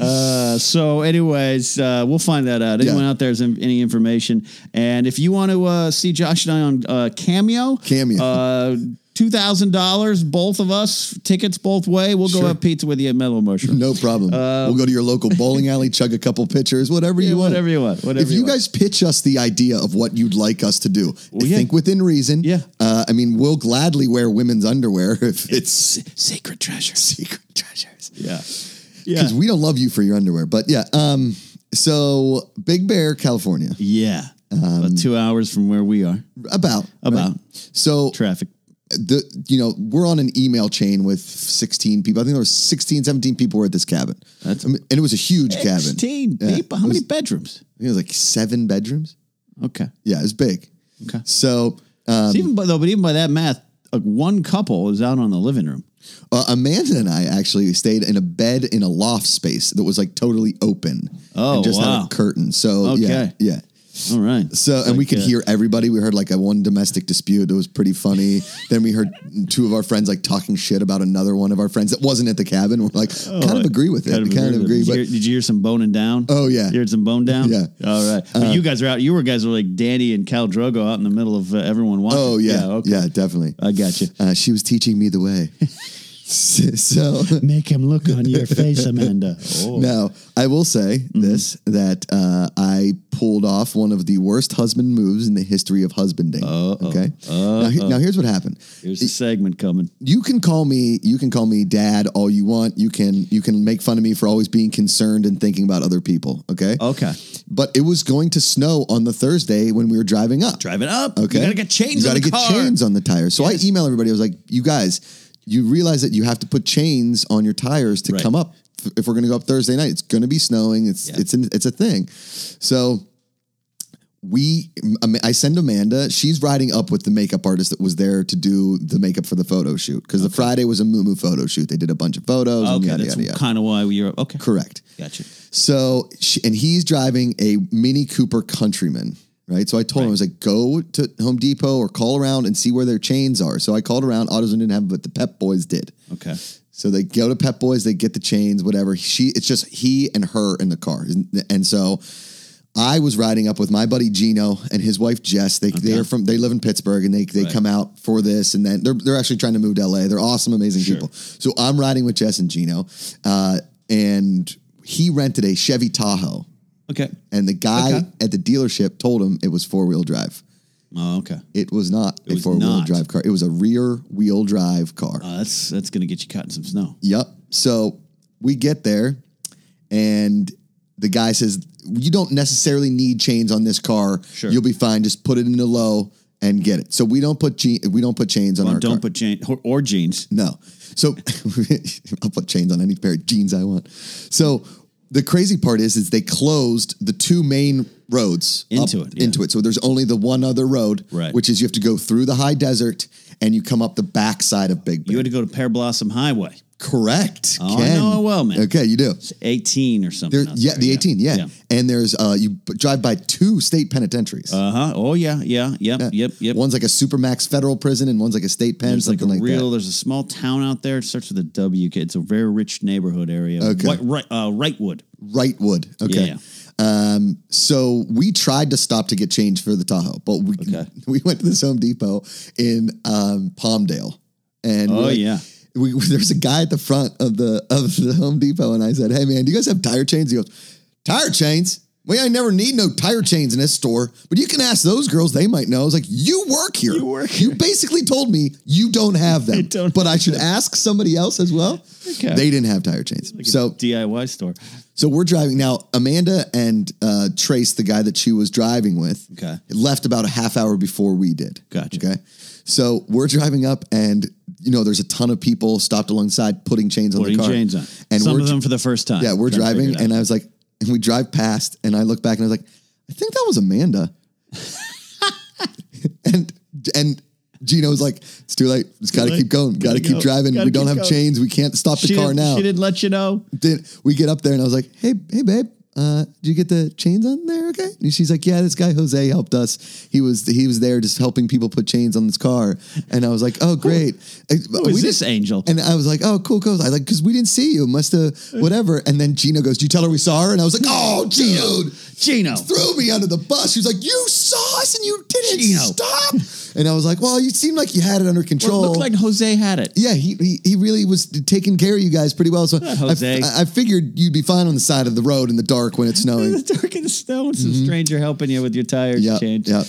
[SPEAKER 1] Uh, so, anyways, uh, we'll find that out. Anyone
[SPEAKER 2] Yeah.
[SPEAKER 1] out there has in- any information? And if you want to uh, see Josh and I on uh, Cameo,
[SPEAKER 2] Cameo.
[SPEAKER 1] uh, two thousand dollars, both of us, tickets both way. We'll go
[SPEAKER 2] Sure.
[SPEAKER 1] have pizza with you at Mellow Mushroom.
[SPEAKER 2] No problem.
[SPEAKER 1] Uh,
[SPEAKER 2] we'll go to your local bowling alley, chug a couple pitchers, whatever you want.
[SPEAKER 1] whatever you want, whatever
[SPEAKER 2] if you,
[SPEAKER 1] you want.
[SPEAKER 2] guys pitch us the idea of what you'd like us to do,
[SPEAKER 1] Well, yeah.
[SPEAKER 2] think within reason.
[SPEAKER 1] Yeah.
[SPEAKER 2] Uh, I mean, we'll gladly wear women's underwear if it's
[SPEAKER 1] Sacred treasures.
[SPEAKER 2] secret treasures.
[SPEAKER 1] Yeah, yeah,
[SPEAKER 2] Because we don't love you for your underwear. But yeah. Um, so Big Bear, California.
[SPEAKER 1] yeah.
[SPEAKER 2] Um,
[SPEAKER 1] About two hours from where we are.
[SPEAKER 2] About.
[SPEAKER 1] About.
[SPEAKER 2] So
[SPEAKER 1] Traffic.
[SPEAKER 2] the you know we're on an email chain with 16 people i think there were 16 17 people were at this cabin That's I mean, and it was a huge cabin i think
[SPEAKER 1] Sixteen people. How many bedrooms?
[SPEAKER 2] it was like seven bedrooms
[SPEAKER 1] Okay.
[SPEAKER 2] yeah it was big
[SPEAKER 1] Okay.
[SPEAKER 2] so um,
[SPEAKER 1] So even by, though, but even by that math, uh, one couple is out on the living room.
[SPEAKER 2] uh, amanda and i actually stayed in a bed in a loft space that was like totally open
[SPEAKER 1] Oh,
[SPEAKER 2] and just had
[SPEAKER 1] wow.
[SPEAKER 2] a curtain so yeah
[SPEAKER 1] Okay.
[SPEAKER 2] yeah
[SPEAKER 1] All right.
[SPEAKER 2] So, and we could
[SPEAKER 1] uh,
[SPEAKER 2] hear everybody. We heard like a one domestic dispute that was pretty funny. then we heard two of our friends like talking shit about another one of our friends that wasn't at the cabin. We're like, kind of agree with it. Oh, Kind of agree,
[SPEAKER 1] Did you, hear,
[SPEAKER 2] but
[SPEAKER 1] did you hear some boning down?
[SPEAKER 2] Oh, yeah.
[SPEAKER 1] you heard some bone down.
[SPEAKER 2] Yeah. Uh,
[SPEAKER 1] all right. But you guys are out. You were guys were like Danny and Cal Drogo out in the middle of uh, everyone watching.
[SPEAKER 2] oh yeah, yeah,
[SPEAKER 1] okay.
[SPEAKER 2] definitely.
[SPEAKER 1] I got you.
[SPEAKER 2] Uh, she was teaching me the way. so
[SPEAKER 1] Make him look on your face, Amanda. Oh.
[SPEAKER 2] now I will say this that uh, I pulled off one of the worst husband moves in the history of husbanding. okay. Now, he- now here's what happened.
[SPEAKER 1] Here's a segment coming.
[SPEAKER 2] you can call me you can call me dad all you want you can you can make fun of me for always being concerned and thinking about other people okay
[SPEAKER 1] Okay.
[SPEAKER 2] but it was going to snow on the thursday when we were driving up
[SPEAKER 1] Drive it up.
[SPEAKER 2] okay
[SPEAKER 1] You gotta get chains
[SPEAKER 2] you
[SPEAKER 1] on
[SPEAKER 2] gotta
[SPEAKER 1] the
[SPEAKER 2] get
[SPEAKER 1] car.
[SPEAKER 2] chains on the tires so
[SPEAKER 1] Yes.
[SPEAKER 2] i email everybody i was like you guys you realize that you have to put chains on your tires to
[SPEAKER 1] Right.
[SPEAKER 2] come up F- if we're going to go up thursday night it's going to be snowing it's
[SPEAKER 1] Yeah.
[SPEAKER 2] it's an, it's a thing so we I mean, I send Amanda. She's riding up with the makeup artist that was there to do the makeup for the photo shoot because the Friday was a Moo photo shoot. They did a bunch of photos. and
[SPEAKER 1] Okay,
[SPEAKER 2] yada,
[SPEAKER 1] that's
[SPEAKER 2] yada, yada.
[SPEAKER 1] kind of why we are okay.
[SPEAKER 2] correct.
[SPEAKER 1] Gotcha.
[SPEAKER 2] So she, and he's driving a Mini Cooper Countryman, right? So I told him I was like, go to Home Depot or call around and see where their chains are. So I called around. AutoZone didn't have, them, but the Pep Boys did.
[SPEAKER 1] Okay.
[SPEAKER 2] So they go to Pep Boys, they get the chains, whatever. She, it's just he and her in the car, and so I was riding up with my buddy Gino and his wife Jess. They they're from they live in Pittsburgh, and they they
[SPEAKER 1] Right.
[SPEAKER 2] come out for this, and then they're they're actually trying to move to LA. They're awesome, amazing people. So I'm riding with Jess and Gino, uh, and he rented a Chevy Tahoe,
[SPEAKER 1] Okay.
[SPEAKER 2] and the guy
[SPEAKER 1] Okay.
[SPEAKER 2] at the dealership told him it was four wheel drive.
[SPEAKER 1] Oh, okay.
[SPEAKER 2] It was not a
[SPEAKER 1] was
[SPEAKER 2] four wheel
[SPEAKER 1] not.
[SPEAKER 2] drive car. It was a rear wheel drive car.
[SPEAKER 1] Uh, that's that's gonna get you caught in some snow.
[SPEAKER 2] Yep. So we get there, and the guy says, "You don't necessarily need chains on this car.
[SPEAKER 1] Sure.
[SPEAKER 2] You'll be fine. Just put it into low and get it." So we don't put che- we don't put chains on
[SPEAKER 1] Well,
[SPEAKER 2] our
[SPEAKER 1] don't
[SPEAKER 2] car.
[SPEAKER 1] put chain or, or jeans.
[SPEAKER 2] No. So I'll put chains on any pair of jeans I want. So the crazy part is, is they closed the two main roads up
[SPEAKER 1] Into it, yeah.
[SPEAKER 2] into it. So there's only the one other road,
[SPEAKER 1] Right.
[SPEAKER 2] which is you have to go through the high desert and you come up the backside of Big Bend.
[SPEAKER 1] You had to go to Pear Blossom Highway,
[SPEAKER 2] Correct.
[SPEAKER 1] Oh, I
[SPEAKER 2] Ken.
[SPEAKER 1] know it well, man.
[SPEAKER 2] Okay, you do.
[SPEAKER 1] It's 18 or something.
[SPEAKER 2] There-
[SPEAKER 1] out
[SPEAKER 2] yeah,
[SPEAKER 1] there,
[SPEAKER 2] the 18, yeah. And there's uh you b- drive by two state penitentiaries.
[SPEAKER 1] Uh huh. Oh yeah, yeah, yep, yep, yep.
[SPEAKER 2] One's like a supermax federal prison and one's like a state pen,
[SPEAKER 1] there's like a
[SPEAKER 2] something like,
[SPEAKER 1] real.
[SPEAKER 2] that.
[SPEAKER 1] There's a small town out there. It starts with a W. It's a very rich neighborhood area.
[SPEAKER 2] Okay.
[SPEAKER 1] White, right, uh, Wrightwood.
[SPEAKER 2] Rightwood. Okay.
[SPEAKER 1] Yeah.
[SPEAKER 2] Um, so we tried to stop to get change for the Tahoe, but we
[SPEAKER 1] Okay.
[SPEAKER 2] we went to this Home Depot in um, Palmdale, and
[SPEAKER 1] Oh,
[SPEAKER 2] we're like-
[SPEAKER 1] yeah.
[SPEAKER 2] we, there's a guy at the front of the of the Home Depot, and I said, "Hey man, do you guys have tire chains?" He goes, "Tire chains? We ain't never need no tire chains in this store, but you can ask those girls; they might know." I was like, "You work here. You
[SPEAKER 1] work
[SPEAKER 2] basically told me you don't have them,
[SPEAKER 1] don't
[SPEAKER 2] but I should ask somebody else as well."
[SPEAKER 1] Okay.
[SPEAKER 2] They didn't have tire chains, so
[SPEAKER 1] DIY store.
[SPEAKER 2] so we're driving now. Amanda and uh, Trace, the guy that she was driving with,
[SPEAKER 1] Okay.
[SPEAKER 2] left about a half hour before we did.
[SPEAKER 1] Gotcha.
[SPEAKER 2] Okay. So we're driving up, and you know, there's a ton of people stopped alongside putting chains on
[SPEAKER 1] Putting
[SPEAKER 2] the car.
[SPEAKER 1] chains on.
[SPEAKER 2] and
[SPEAKER 1] Some
[SPEAKER 2] we're
[SPEAKER 1] of them for the first time.
[SPEAKER 2] yeah, we're
[SPEAKER 1] Trying to figure
[SPEAKER 2] driving,
[SPEAKER 1] it out.
[SPEAKER 2] and I was like, and we drive past, and I look back, and I was like, I think that was Amanda. and and Gino was like, it's too late. Just gotta
[SPEAKER 1] late.
[SPEAKER 2] keep going. Gotta,
[SPEAKER 1] Gotta
[SPEAKER 2] keep
[SPEAKER 1] go.
[SPEAKER 2] driving.
[SPEAKER 1] Gotta
[SPEAKER 2] we don't
[SPEAKER 1] keep
[SPEAKER 2] have
[SPEAKER 1] going."
[SPEAKER 2] chains. We can't stop the
[SPEAKER 1] she
[SPEAKER 2] car
[SPEAKER 1] didn't,
[SPEAKER 2] now
[SPEAKER 1] She didn't let you know.
[SPEAKER 2] then we get up there and I was like, hey, hey, babe, uh, did you get the chains on there? Okay. And she's like, yeah, this guy Jose helped us. He was he was there just helping people put chains on this car. And I was like, oh, great. Who
[SPEAKER 1] is this angel?
[SPEAKER 2] And I was like, oh, cool, cool. I like because we didn't see you. Must have whatever. And then Gino goes, did you tell her we saw her? And I was like, oh, dude.
[SPEAKER 1] Gino.
[SPEAKER 2] Threw me under the bus. She was like, "You saw us and you didn't
[SPEAKER 1] Gino.
[SPEAKER 2] stop." And I was like, "Well, you seemed like you had it under
[SPEAKER 1] It
[SPEAKER 2] control."
[SPEAKER 1] looked like Jose had it.
[SPEAKER 2] Yeah, he, he he really was taking care of you guys pretty well. So I-
[SPEAKER 1] Jose.
[SPEAKER 2] I, I figured you'd be fine on the side of the road in the dark when it's
[SPEAKER 1] In the
[SPEAKER 2] snowing.
[SPEAKER 1] dark and the snow and some stranger helping you with your tires
[SPEAKER 2] Mm-hmm. Yeah,
[SPEAKER 1] changed.
[SPEAKER 2] yeah.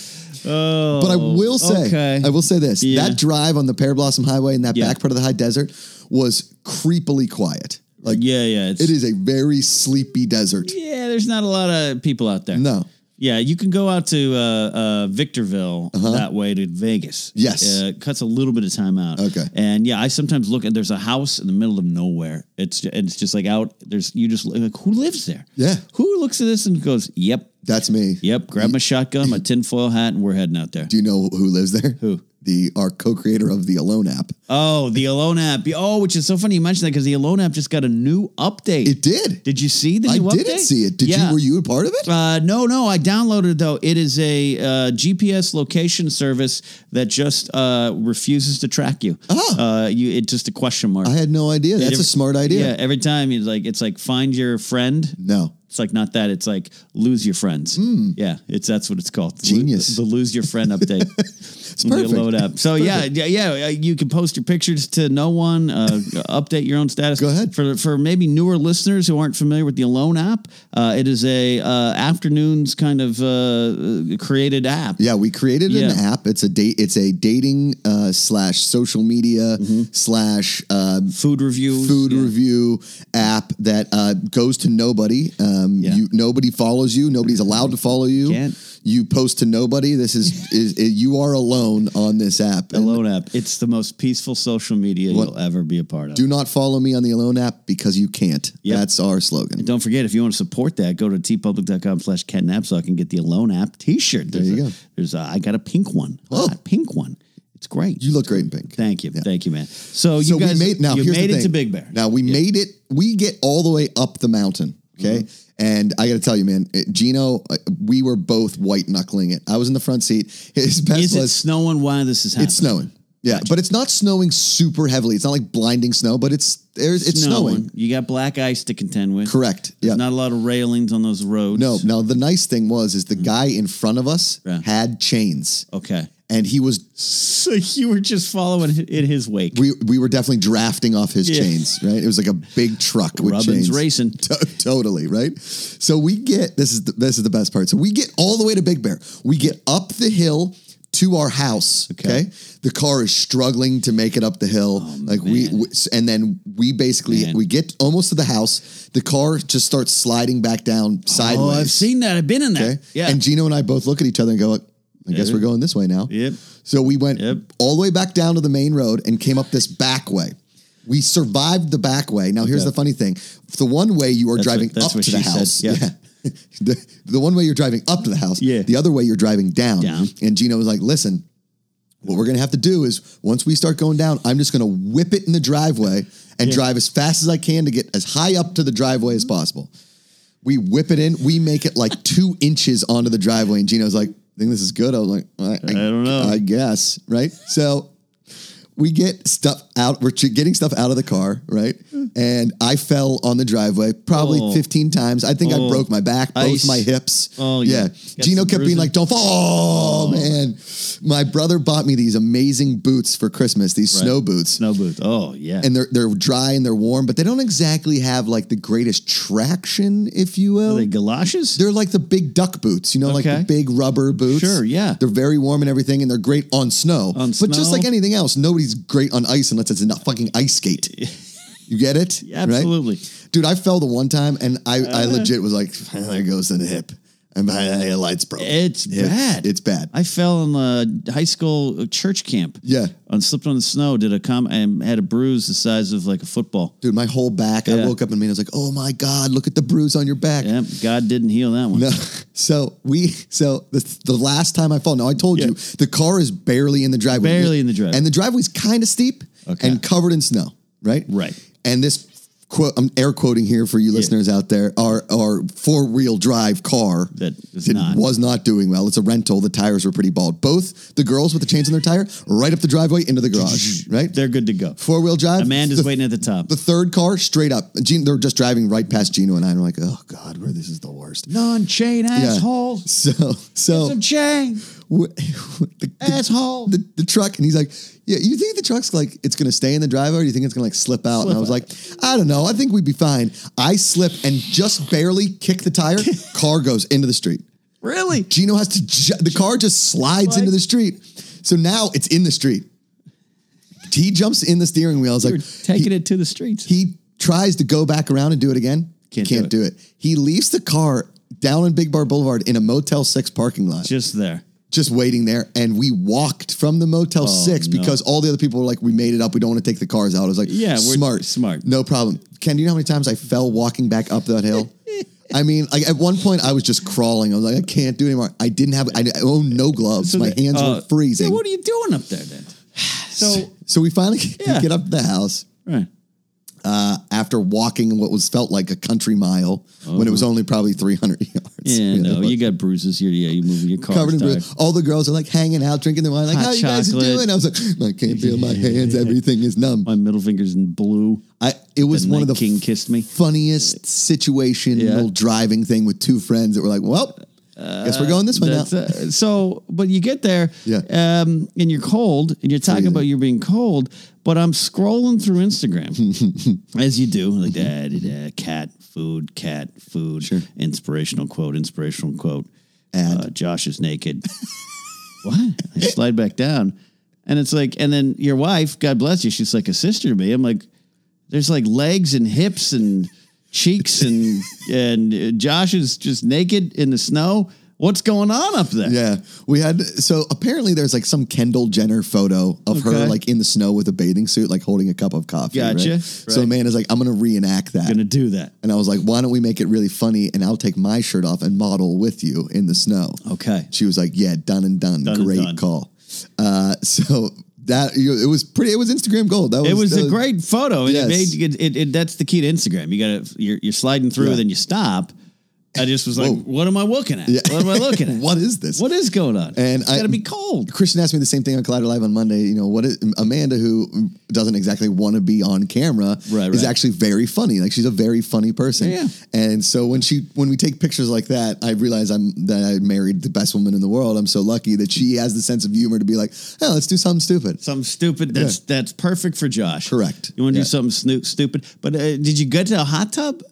[SPEAKER 1] Oh,
[SPEAKER 2] But I will say,
[SPEAKER 1] okay.
[SPEAKER 2] I will say this:
[SPEAKER 1] Yeah.
[SPEAKER 2] that drive on the Pear Blossom Highway in that
[SPEAKER 1] Yeah.
[SPEAKER 2] back part of the high desert was creepily quiet. Like
[SPEAKER 1] yeah, yeah. It's,
[SPEAKER 2] it is a very sleepy desert.
[SPEAKER 1] Yeah, there's not a lot of people out there.
[SPEAKER 2] No.
[SPEAKER 1] Yeah, you can go out to uh, uh, Victorville that way to Vegas.
[SPEAKER 2] Uh-huh. Yes.
[SPEAKER 1] uh, it cuts a little bit of time out.
[SPEAKER 2] Okay.
[SPEAKER 1] and yeah, I sometimes look and there's a house in the middle of nowhere. It's and it's just like out. There's you just like who lives there?
[SPEAKER 2] Yeah.
[SPEAKER 1] who looks at this and goes, "Yep,
[SPEAKER 2] That's me.
[SPEAKER 1] yep." Grab my shotgun, my tinfoil hat, and we're heading out there.
[SPEAKER 2] Do you know who lives there?
[SPEAKER 1] Who?
[SPEAKER 2] The the our co-creator of the Alone app.
[SPEAKER 1] Oh, the Alone app. Oh, which is so funny you mentioned that because the Alone app just got a new update.
[SPEAKER 2] It did.
[SPEAKER 1] Did you see the
[SPEAKER 2] I
[SPEAKER 1] new update?
[SPEAKER 2] didn't see it. Did
[SPEAKER 1] Yeah.
[SPEAKER 2] you? Were you a part of it?
[SPEAKER 1] Uh, no, no, I downloaded it though. It is a uh, GPS location service that just uh, refuses to track you.
[SPEAKER 2] Ah.
[SPEAKER 1] Uh, you it's just a question mark.
[SPEAKER 2] I had no idea. That's a
[SPEAKER 1] every-
[SPEAKER 2] smart idea.
[SPEAKER 1] Yeah, every time it's like it's like find your friend.
[SPEAKER 2] No.
[SPEAKER 1] It's like not that. It's like lose your friends. Yeah, it's that's what it's called.
[SPEAKER 2] Hmm. Genius.
[SPEAKER 1] Lo- the lose your friend update. it's
[SPEAKER 2] perfect.
[SPEAKER 1] Load up. So yeah, yeah, yeah. uh, You can post your pictures to no one. Uh, update your own status.
[SPEAKER 2] Go ahead.
[SPEAKER 1] For for maybe newer listeners who aren't familiar with the Alone app, uh, it is a uh, afternoons kind of uh, created app.
[SPEAKER 2] Yeah, we created an
[SPEAKER 1] Yeah.
[SPEAKER 2] app. It's a date. It's a dating uh, slash social media slash um,
[SPEAKER 1] Mm-hmm. Food reviews.
[SPEAKER 2] food
[SPEAKER 1] yeah.
[SPEAKER 2] review app that uh, goes to nobody. Um,
[SPEAKER 1] Yeah.
[SPEAKER 2] you, nobody follows you. Nobody's allowed to follow you.
[SPEAKER 1] Can't.
[SPEAKER 2] You post to nobody. This is, is, you are alone on this app. And
[SPEAKER 1] Alone app. It's the most peaceful social media
[SPEAKER 2] What-
[SPEAKER 1] you'll ever be a part of.
[SPEAKER 2] Do not follow me on the Alone app because you can't.
[SPEAKER 1] Yep.
[SPEAKER 2] That's our slogan.
[SPEAKER 1] Don't forget, if you want to support that, go to tpublic.com slash catnap so I can get the Alone app t-shirt. There's
[SPEAKER 2] There you
[SPEAKER 1] a,
[SPEAKER 2] go.
[SPEAKER 1] There's a, I got a pink one.
[SPEAKER 2] Oh.
[SPEAKER 1] Hot pink one. It's great.
[SPEAKER 2] You look great in pink.
[SPEAKER 1] Thank you. Thank you, man. So you
[SPEAKER 2] so
[SPEAKER 1] guys
[SPEAKER 2] we made now.
[SPEAKER 1] you
[SPEAKER 2] here's the
[SPEAKER 1] made it to
[SPEAKER 2] thing.
[SPEAKER 1] Big Bear.
[SPEAKER 2] Now we made it. We get all the way up the mountain. Okay,
[SPEAKER 1] Mm-hmm.
[SPEAKER 2] and I got to tell you, man, it- Gino, uh, we were both white knuckling it. I was in the front seat. His best
[SPEAKER 1] Is it
[SPEAKER 2] was
[SPEAKER 1] snowing while this is happening?
[SPEAKER 2] it's snowing. Yeah, but it's not snowing super heavily. It's not like blinding snow, but it's there's it's snowing.
[SPEAKER 1] You got black ice to contend with.
[SPEAKER 2] Correct. Yeah.
[SPEAKER 1] There's not a lot of railings on those roads.
[SPEAKER 2] no. Now the nice thing was is the guy in front of us
[SPEAKER 1] Mm-hmm. Yeah.
[SPEAKER 2] had chains,
[SPEAKER 1] Okay.
[SPEAKER 2] and he was
[SPEAKER 1] So you were just following hi- in his wake.
[SPEAKER 2] we we were definitely drafting off his
[SPEAKER 1] Yeah.
[SPEAKER 2] chains, right? It was like a big truck with
[SPEAKER 1] Rubbin's
[SPEAKER 2] chains.
[SPEAKER 1] racing.
[SPEAKER 2] To- totally right. So we get this is the, this is the best part. So we get all the way to Big Bear. We get up the hill to our house. Okay, the car is struggling to make it up the hill. like we,
[SPEAKER 1] Oh, man.
[SPEAKER 2] we and then we basically
[SPEAKER 1] Man.
[SPEAKER 2] we get almost to the house. The car just starts sliding back down sideways.
[SPEAKER 1] Oh, I've seen that. I've been in that.
[SPEAKER 2] Okay?
[SPEAKER 1] Yeah.
[SPEAKER 2] And Gino and I both look at each other and go, I guess
[SPEAKER 1] Yeah.
[SPEAKER 2] we're going this way now.
[SPEAKER 1] Yep.
[SPEAKER 2] So we went
[SPEAKER 1] Yep.
[SPEAKER 2] all the way back down to the main road and came up this back way. We survived the back way. Now here's
[SPEAKER 1] Okay.
[SPEAKER 2] the funny thing. The one way you are
[SPEAKER 1] That's
[SPEAKER 2] driving
[SPEAKER 1] what- that's
[SPEAKER 2] up
[SPEAKER 1] what
[SPEAKER 2] to the
[SPEAKER 1] she said.
[SPEAKER 2] house.
[SPEAKER 1] Yeah.
[SPEAKER 2] the, the one way you're driving up to the house.
[SPEAKER 1] Yeah.
[SPEAKER 2] The other way you're driving down.
[SPEAKER 1] Down.
[SPEAKER 2] And Gino was like, listen, what we're gonna have to do is once we start going down, I'm just gonna whip it in the driveway and drive as fast as I can to get as high up to the driveway as possible. We whip it in. We make it like two inches onto the driveway, and Gino's like, "I think this is good." I was like, "I, I,
[SPEAKER 1] don't know.
[SPEAKER 2] I guess." Right. So we get stuff out. We're ch- getting stuff out of the car, right? And I fell on the driveway probably
[SPEAKER 1] Oh.
[SPEAKER 2] 15 times. I think I
[SPEAKER 1] Oh.
[SPEAKER 2] broke my back, both
[SPEAKER 1] Ice.
[SPEAKER 2] my hips.
[SPEAKER 1] Oh, yeah. Got
[SPEAKER 2] Gino
[SPEAKER 1] some
[SPEAKER 2] kept being
[SPEAKER 1] bruising.
[SPEAKER 2] like, "Don't fall, oh, man." My brother bought me these amazing boots for Christmas. These snow boots
[SPEAKER 1] Snow boots. Oh, yeah.
[SPEAKER 2] and they're they're dry and they're warm, but they don't exactly have like the greatest traction, if you will.
[SPEAKER 1] Are they galoshes?
[SPEAKER 2] They're like the big duck boots, you know,
[SPEAKER 1] Okay.
[SPEAKER 2] like the big rubber boots.
[SPEAKER 1] Sure, yeah.
[SPEAKER 2] They're very warm and everything, and they're great on snow.
[SPEAKER 1] On
[SPEAKER 2] but just
[SPEAKER 1] snow.
[SPEAKER 2] like anything else, nobody's great on ice unless it's a fucking ice skate. You get it? Right?
[SPEAKER 1] Absolutely. Uh-huh.
[SPEAKER 2] Dude, I fell the one time and I, I legit was like, there goes the hip. And my my light's broke.
[SPEAKER 1] It's
[SPEAKER 2] Yeah,
[SPEAKER 1] bad.
[SPEAKER 2] It's bad.
[SPEAKER 1] I fell in the high school church camp.
[SPEAKER 2] Yeah.
[SPEAKER 1] And slipped on the snow, did a com and had a bruise the size of like a football.
[SPEAKER 2] Dude, my whole back, I
[SPEAKER 1] Yeah.
[SPEAKER 2] woke up and I was like, oh my God, look at the bruise on your back.
[SPEAKER 1] Yeah, God didn't heal that one.
[SPEAKER 2] No. So we so the, the last time I fall, now I told you
[SPEAKER 1] Yeah.
[SPEAKER 2] the car is barely in the driveway.
[SPEAKER 1] Barely in the driveway.
[SPEAKER 2] And the driveway's kind of steep
[SPEAKER 1] Okay.
[SPEAKER 2] and covered in snow, right?
[SPEAKER 1] Right.
[SPEAKER 2] And this quote I'm air quoting here for you listeners out there, our our four-wheel drive car
[SPEAKER 1] That is
[SPEAKER 2] did-
[SPEAKER 1] not.
[SPEAKER 2] was not doing well. It's a rental. The tires were pretty bald. Both the girls with the chains on their tire, right up the driveway into the garage. Right?
[SPEAKER 1] They're good to go.
[SPEAKER 2] Four-wheel drive.
[SPEAKER 1] Amanda's
[SPEAKER 2] the-
[SPEAKER 1] waiting at the top.
[SPEAKER 2] the third car straight up. Gene, they're just driving right past Gino and I. And I'm like, oh God, where this is the worst.
[SPEAKER 1] Non-chain
[SPEAKER 2] Yeah.
[SPEAKER 1] asshole.
[SPEAKER 2] So, so
[SPEAKER 1] Some chain.
[SPEAKER 2] w- the, the,
[SPEAKER 1] Asshole.
[SPEAKER 2] the, the truck, and he's like, "Yeah, you think the truck's like it's gonna stay in the driveway, or do you think it's gonna like slip out?" and I was like, "I don't know. I think we'd be fine." I slip and just barely kick the tire. car goes into the street.
[SPEAKER 1] really?
[SPEAKER 2] Gino has to. Ju- the car just slides
[SPEAKER 1] Slide.
[SPEAKER 2] into the street. So now it's in the street. He jumps in the steering wheel. I was
[SPEAKER 1] You're
[SPEAKER 2] like, he-
[SPEAKER 1] taking it to the streets.
[SPEAKER 2] he tries to go back around and do it again.
[SPEAKER 1] Can't do
[SPEAKER 2] Can't do it. He leaves the car down in Big Bar Boulevard in a Motel 6 parking lot, just,
[SPEAKER 1] Just there.
[SPEAKER 2] waiting there. And we walked from the Motel 6
[SPEAKER 1] Oh, no.
[SPEAKER 2] because all the other people were like, we made it up. We don't want to take the cars out. I was like,
[SPEAKER 1] Yeah, we're
[SPEAKER 2] smart.
[SPEAKER 1] smart.
[SPEAKER 2] No problem. Ken, do you know how many times I fell walking back up that hill? I mean, like at one point I was just crawling. I was like, I can't do it anymore. I didn't have, I, I owned no gloves. My
[SPEAKER 1] So the-
[SPEAKER 2] hands
[SPEAKER 1] uh,
[SPEAKER 2] were freezing.
[SPEAKER 1] Yeah, what are you doing up there then? So
[SPEAKER 2] So we finally
[SPEAKER 1] Yeah.
[SPEAKER 2] get up to the house
[SPEAKER 1] right.
[SPEAKER 2] uh, after walking what was felt like a country mile when it was only probably 300 yards.
[SPEAKER 1] Oh. Yeah,
[SPEAKER 2] you know,
[SPEAKER 1] no,
[SPEAKER 2] but
[SPEAKER 1] you got bruises here. Yeah, you moving your car.
[SPEAKER 2] covered in bruises. All the girls are like hanging out, drinking their wine, like,
[SPEAKER 1] Hot
[SPEAKER 2] how you
[SPEAKER 1] chocolate.
[SPEAKER 2] guys doing? I was like, I can't feel my hands. Everything is numb.
[SPEAKER 1] My middle finger's in blue.
[SPEAKER 2] I, it was
[SPEAKER 1] The
[SPEAKER 2] one of the
[SPEAKER 1] Night King kissed me.
[SPEAKER 2] funniest situational
[SPEAKER 1] Yeah.
[SPEAKER 2] driving thing with two friends that were like, well, guess we're going this way now.
[SPEAKER 1] That's, uh, so, but you get there,
[SPEAKER 2] Yeah.
[SPEAKER 1] um, and you're cold, and you're talking
[SPEAKER 2] Freezing.
[SPEAKER 1] about you being cold. But I'm scrolling through Instagram, as you do, like da, da, da, cat food, cat food, inspirational quote, inspirational quote.
[SPEAKER 2] Ad.
[SPEAKER 1] Uh, Josh is naked. what? I slide back down, and it's like, and then your wife, God bless you, she's like a sister to me. I'm like, there's like legs and hips and cheeks and and uh, Josh is just naked in the snow. What's going on up there?
[SPEAKER 2] Yeah, we had so apparently there's like some Kendall Jenner photo of her
[SPEAKER 1] Okay.
[SPEAKER 2] like in the snow with a bathing suit, like holding a cup of coffee.
[SPEAKER 1] Gotcha.
[SPEAKER 2] right? So
[SPEAKER 1] Right.
[SPEAKER 2] man is like, I'm gonna reenact that,
[SPEAKER 1] Gonna do that.
[SPEAKER 2] and I was like, why don't we make it really funny, and I'll take my shirt off and model with you in the snow.
[SPEAKER 1] Okay.
[SPEAKER 2] She was like, yeah, done and done.
[SPEAKER 1] Done and
[SPEAKER 2] Great
[SPEAKER 1] done.
[SPEAKER 2] call. Uh, so that you know, it was pretty. It was Instagram gold. That was
[SPEAKER 1] It was
[SPEAKER 2] that
[SPEAKER 1] a great photo. and
[SPEAKER 2] Yes.
[SPEAKER 1] It made it, it, it- That's the key to Instagram. You gotta you're, you're sliding through,
[SPEAKER 2] Yeah.
[SPEAKER 1] then you stop. I just was like,
[SPEAKER 2] Whoa.
[SPEAKER 1] what am I looking at? What am I looking at?
[SPEAKER 2] What is this?
[SPEAKER 1] What is going on?
[SPEAKER 2] And
[SPEAKER 1] it's
[SPEAKER 2] I-
[SPEAKER 1] gotta be cold.
[SPEAKER 2] Christian asked me the same thing on Collider Live on Monday. You know, what is, Amanda, who doesn't exactly want to be on camera,
[SPEAKER 1] Right, right.
[SPEAKER 2] is actually very funny. Like she's a very funny person.
[SPEAKER 1] Yeah.
[SPEAKER 2] And so when she when we take pictures like that, I realize I'm that I married the best woman in the world. I'm so lucky that she has the sense of humor to be like, oh, let's do something stupid.
[SPEAKER 1] Something stupid. That's that's perfect for Josh.
[SPEAKER 2] Correct.
[SPEAKER 1] You want to
[SPEAKER 2] Yeah.
[SPEAKER 1] do something snoop, stupid? But uh, did you get to a hot tub?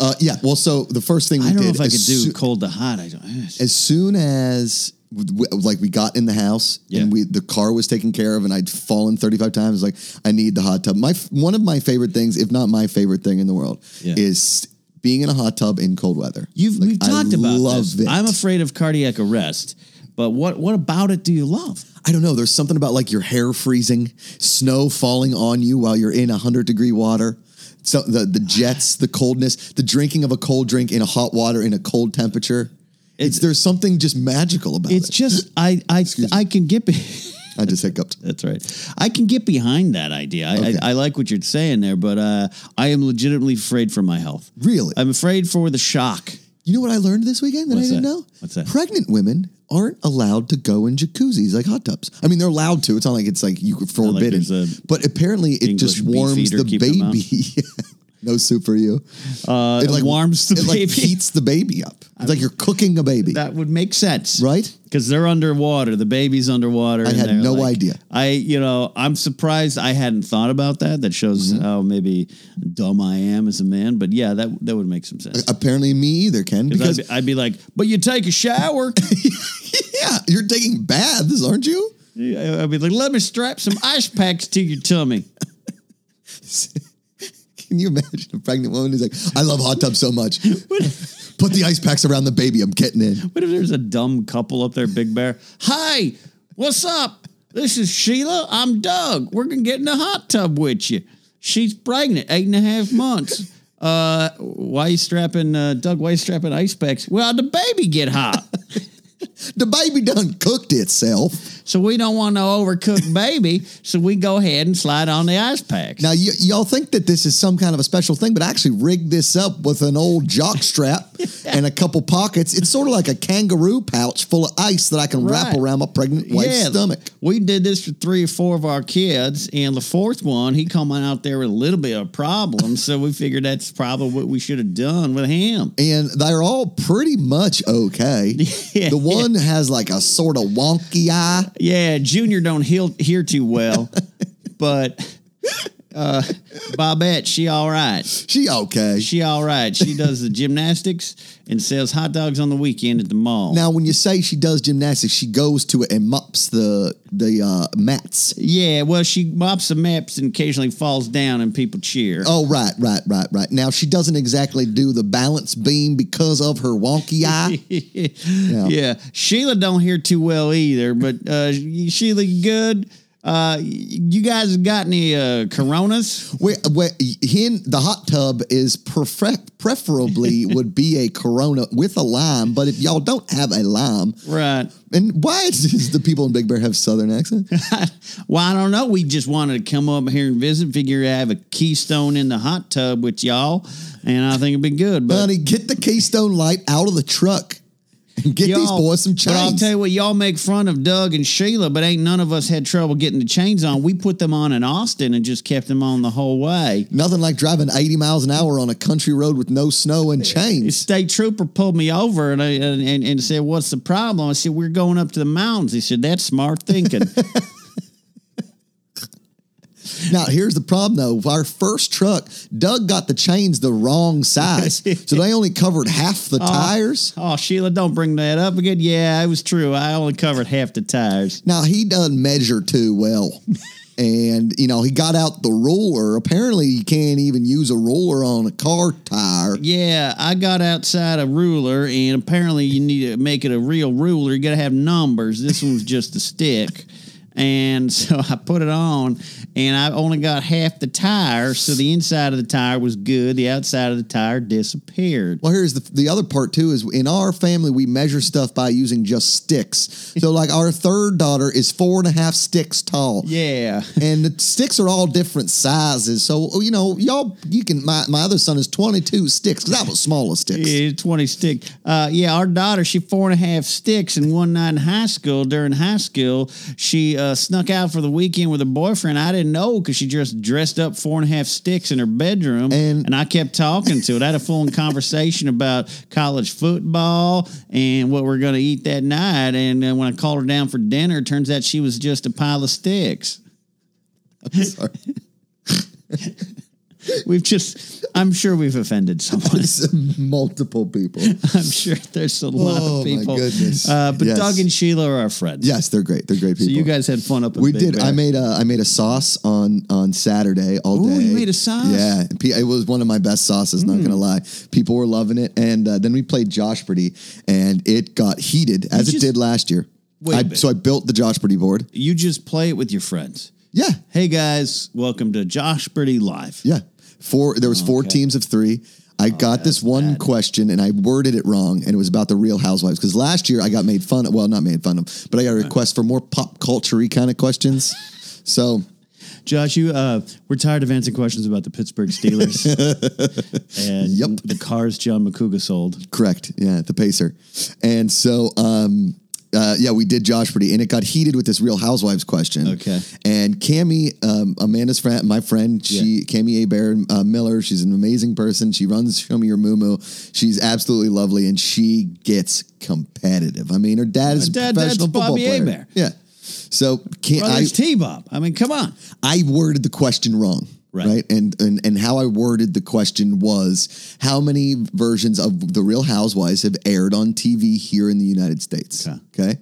[SPEAKER 2] Uh, yeah. Well, so the first thing we
[SPEAKER 1] I don't
[SPEAKER 2] did
[SPEAKER 1] know if I
[SPEAKER 2] as
[SPEAKER 1] could do
[SPEAKER 2] soo-
[SPEAKER 1] cold to hot. I don't.
[SPEAKER 2] as soon as w- w- like we got in the house
[SPEAKER 1] Yeah.
[SPEAKER 2] and we the car was taken care of and I'd fallen 35 times like I need the hot tub. My f- one of my favorite things if not my favorite thing in the world
[SPEAKER 1] Yeah.
[SPEAKER 2] is being in a hot tub in cold weather.
[SPEAKER 1] You've
[SPEAKER 2] Like,
[SPEAKER 1] we've
[SPEAKER 2] I
[SPEAKER 1] talked about
[SPEAKER 2] love
[SPEAKER 1] this.
[SPEAKER 2] it.
[SPEAKER 1] I'm afraid of cardiac arrest, but what what about it do you love?
[SPEAKER 2] I don't know, there's something about like your hair freezing, snow falling on you while you're in 100 degree water. So the the jets, the coldness, the drinking of a cold drink in a hot water in a cold temperature. It's, there's something just magical about
[SPEAKER 1] It's
[SPEAKER 2] it.
[SPEAKER 1] just I I I can get. Be-
[SPEAKER 2] I just hiccuped.
[SPEAKER 1] That's right. I can get behind that idea. I,
[SPEAKER 2] Okay.
[SPEAKER 1] I, I like what you're saying there, but uh, I am legitimately afraid for my health.
[SPEAKER 2] Really?
[SPEAKER 1] I'm afraid for the shock.
[SPEAKER 2] You know what I learned this weekend that
[SPEAKER 1] What's
[SPEAKER 2] I didn't
[SPEAKER 1] that?
[SPEAKER 2] know?
[SPEAKER 1] What's that?
[SPEAKER 2] Pregnant women aren't allowed to go in jacuzzis like hot tubs. I mean, they're allowed to. It's not like it's like you forbidden.
[SPEAKER 1] there's a
[SPEAKER 2] but apparently, it
[SPEAKER 1] English
[SPEAKER 2] just
[SPEAKER 1] beef
[SPEAKER 2] warms
[SPEAKER 1] eater
[SPEAKER 2] the
[SPEAKER 1] keeping them out.
[SPEAKER 2] baby. no soup for you. Uh,
[SPEAKER 1] it warms the
[SPEAKER 2] it
[SPEAKER 1] baby.
[SPEAKER 2] Like heats the baby up. It's like you're cooking a baby.
[SPEAKER 1] That would make sense,
[SPEAKER 2] Right?
[SPEAKER 1] Because they're underwater. The baby's underwater. I
[SPEAKER 2] had no idea.
[SPEAKER 1] I, you know, I'm surprised I hadn't thought about that. That shows
[SPEAKER 2] Mm-hmm.
[SPEAKER 1] how maybe dumb I am as a man. But yeah, that that would make some sense.
[SPEAKER 2] apparently, me either, Ken. Uh, Because
[SPEAKER 1] Because I'd be, I'd be like, but you take a shower.
[SPEAKER 2] yeah, you're taking baths, aren't you?
[SPEAKER 1] Yeah, I'd be like, let me strap some ice packs to your tummy.
[SPEAKER 2] Can you imagine a pregnant woman who's like, "I love hot tubs so much. Put the ice packs around the baby. I'm getting in."
[SPEAKER 1] What if there's a dumb couple up there, Big Bear? Hi, what's up? This is Sheila. I'm Doug. We're gonna get in the hot tub with you. She's pregnant, eight and a half months. Uh, why you strapping, uh, Doug? Why you strapping ice packs? Well, the baby get hot,
[SPEAKER 2] The baby done cooked itself.
[SPEAKER 1] so we don't want no overcooked baby. So we go ahead and slide on the ice packs.
[SPEAKER 2] Now, y- y'all think that this is some kind of a special thing, but I actually rigged this up with an old jock strap and a couple pockets. It's sort of like a kangaroo pouch full of ice that I can wrap
[SPEAKER 1] Right.
[SPEAKER 2] around my pregnant wife's stomach.
[SPEAKER 1] We did this for three or four of our kids, and the fourth one, he coming out there with a little bit of a problem. so we figured that's probably what we should have done with him.
[SPEAKER 2] And they're all pretty much okay.
[SPEAKER 1] Yeah.
[SPEAKER 2] The one has like a sort of wonky eye.
[SPEAKER 1] Yeah, Junior don't heal, hear too well, but uh, Bobette, she all right.
[SPEAKER 2] She okay.
[SPEAKER 1] She all right. She does the gymnastics and sells hot dogs on the weekend at the mall.
[SPEAKER 2] Now, when you say she does gymnastics, she goes to it and mops the the uh, mats.
[SPEAKER 1] yeah, well, she mops the maps and occasionally falls down, and people cheer.
[SPEAKER 2] Oh, right, right, right, right. Now, she doesn't exactly do the balance beam because of her wonky eye.
[SPEAKER 1] yeah. Sheila don't hear too well either, but uh, Sheila, you good? Uh, you guys got any uh, Coronas?
[SPEAKER 2] Wait, wait, in the hot tub is prefer- preferably would be a Corona with a lime, but if y'all don't have a lime,
[SPEAKER 1] Right.
[SPEAKER 2] and why is the people in Big Bear have Southern accent?
[SPEAKER 1] Well, I don't know. We just wanted to come up here and visit. Figure I have a Keystone in the hot tub with y'all, and I think it'd be good. But
[SPEAKER 2] Honey, get the Keystone Light out of the truck and get these
[SPEAKER 1] Y'all-
[SPEAKER 2] boys some chains.
[SPEAKER 1] But I'll tell you what, y'all make fun of Doug and Sheila, but ain't none of us had trouble getting the chains on. We put them on in Austin and just kept them on the whole way.
[SPEAKER 2] Nothing like driving 80 miles an hour on a country road with no snow and chains.
[SPEAKER 1] State trooper pulled me over and, I, and, and, and said, What's the problem? I said, We're going up to the mountains. He said, That's smart thinking.
[SPEAKER 2] Now, here's the problem though. Our first truck, Doug got the chains the wrong size. so they only covered half the tires.
[SPEAKER 1] oh, Sheila, don't bring that up again. Yeah, it was true. I only covered half the tires.
[SPEAKER 2] Now, he doesn't measure too well. and, you know, he got out the ruler. Apparently, you can't even use a ruler on a car tire.
[SPEAKER 1] Yeah, I got outside a ruler, and apparently you need to make it a real ruler. You got to have numbers. This one was just a stick. And so I put it on, and I only got half the tire. So the inside of the tire was good. The outside of the tire disappeared.
[SPEAKER 2] Well, here's the, the other part too is in our family, we measure stuff by using just sticks. So, like, our third daughter is four and a half sticks tall.
[SPEAKER 1] Yeah.
[SPEAKER 2] and the sticks are all different sizes. So oh, you know, y'all, you can. My, my other son is twenty two sticks because I was smaller sticks.
[SPEAKER 1] Yeah, 20 stick. Uh, yeah, our daughter, she four and a half sticks. And one night in high school, during high school, she uh, snuck out for the weekend with her boyfriend. I didn't know because she just dressed up four and a half sticks in her bedroom.
[SPEAKER 2] And-
[SPEAKER 1] I kept talking to it. I had a full conversation about college football and what we're going to eat that night. And uh, when I called her down for dinner, it turns out she was just a pile of sticks.
[SPEAKER 2] Sorry.
[SPEAKER 1] We've just, I'm sure we've offended someone.
[SPEAKER 2] Multiple people.
[SPEAKER 1] I'm sure there's a lot
[SPEAKER 2] Oh,
[SPEAKER 1] of
[SPEAKER 2] my
[SPEAKER 1] people.
[SPEAKER 2] goodness.
[SPEAKER 1] Uh, but
[SPEAKER 2] Yes.
[SPEAKER 1] Doug and Sheila are our friends.
[SPEAKER 2] Yes, they're great. They're great people.
[SPEAKER 1] So you guys had fun up. In
[SPEAKER 2] we
[SPEAKER 1] Big
[SPEAKER 2] did.
[SPEAKER 1] Bear.
[SPEAKER 2] I made a I made a sauce on on Saturday all
[SPEAKER 1] Ooh,
[SPEAKER 2] day.
[SPEAKER 1] you made a sauce? Hmm.
[SPEAKER 2] Yeah, and pe- it was one of my best sauces. Not gonna lie, people were loving it. And uh, then we played Josh Pretty, and it got heated as
[SPEAKER 1] just-
[SPEAKER 2] it did last year.
[SPEAKER 1] Wait a
[SPEAKER 2] I-
[SPEAKER 1] minute.
[SPEAKER 2] so I built the Josh Pretty board.
[SPEAKER 1] You just play it with your friends.
[SPEAKER 2] Yeah,
[SPEAKER 1] Hey guys, welcome to Josh Pretty Live.
[SPEAKER 2] Yeah. Four there was four
[SPEAKER 1] Okay. Oh,
[SPEAKER 2] teams of three. I got this one question and I worded it wrong and it was about the real housewives because last year I got made fun of well not made fun of but I got a request for more pop culture kind of questions. so
[SPEAKER 1] Josh, you uh, we're tired of answering questions about the Pittsburgh Steelers and
[SPEAKER 2] Yep.
[SPEAKER 1] the cars John McCouga sold.
[SPEAKER 2] correct. Yeah, the pacer. And so um uh, yeah, we did Josh pretty, and it got heated with this Real Housewives question.
[SPEAKER 1] Okay.
[SPEAKER 2] and Cami, um, Amanda's friend, my friend, she Cami A. Bear uh, Miller. She's an amazing person. She runs Show Me Your Moo Moo. She's absolutely lovely, and she gets competitive. I mean, her dad is a
[SPEAKER 1] dad- dad's
[SPEAKER 2] professional football
[SPEAKER 1] Bobby
[SPEAKER 2] player.
[SPEAKER 1] Hebert.
[SPEAKER 2] Yeah. So can I?
[SPEAKER 1] Brothers T Bob. I mean, come on.
[SPEAKER 2] I worded the question wrong.
[SPEAKER 1] Right.
[SPEAKER 2] Right. And, and and how I worded the question was how many versions of The Real Housewives have aired on TV here in the United States?
[SPEAKER 1] Okay.
[SPEAKER 2] okay?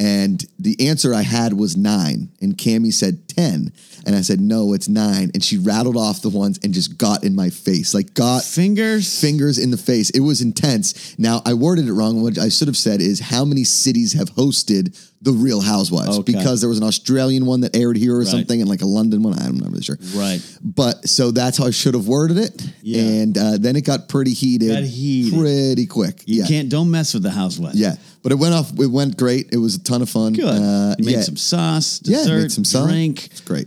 [SPEAKER 2] And the answer I had was nine. And Cammy said 10. And I said, no, it's nine. And she rattled off the ones and just got in my face. Like got
[SPEAKER 1] Fingers.
[SPEAKER 2] fingers in the face. It was intense. Now I worded it wrong. What I should have said is how many cities have hosted the Real Housewives
[SPEAKER 1] Okay.
[SPEAKER 2] because there was an Australian one that aired here or
[SPEAKER 1] Right.
[SPEAKER 2] something, and like a London one. I'm not really sure.
[SPEAKER 1] Right.
[SPEAKER 2] But so that's how I should have worded it.
[SPEAKER 1] Yeah.
[SPEAKER 2] And uh, then it got pretty heated,
[SPEAKER 1] Got heated.
[SPEAKER 2] pretty quick.
[SPEAKER 1] You
[SPEAKER 2] yeah.
[SPEAKER 1] can't. Don't mess with the housewife.
[SPEAKER 2] yeah. But it went off. It went great. It was a ton of fun.
[SPEAKER 1] Good.
[SPEAKER 2] Uh,
[SPEAKER 1] you made
[SPEAKER 2] yeah.
[SPEAKER 1] some sauce.
[SPEAKER 2] yeah.
[SPEAKER 1] Dessert.
[SPEAKER 2] Made some sun.
[SPEAKER 1] Drink.
[SPEAKER 2] It's great.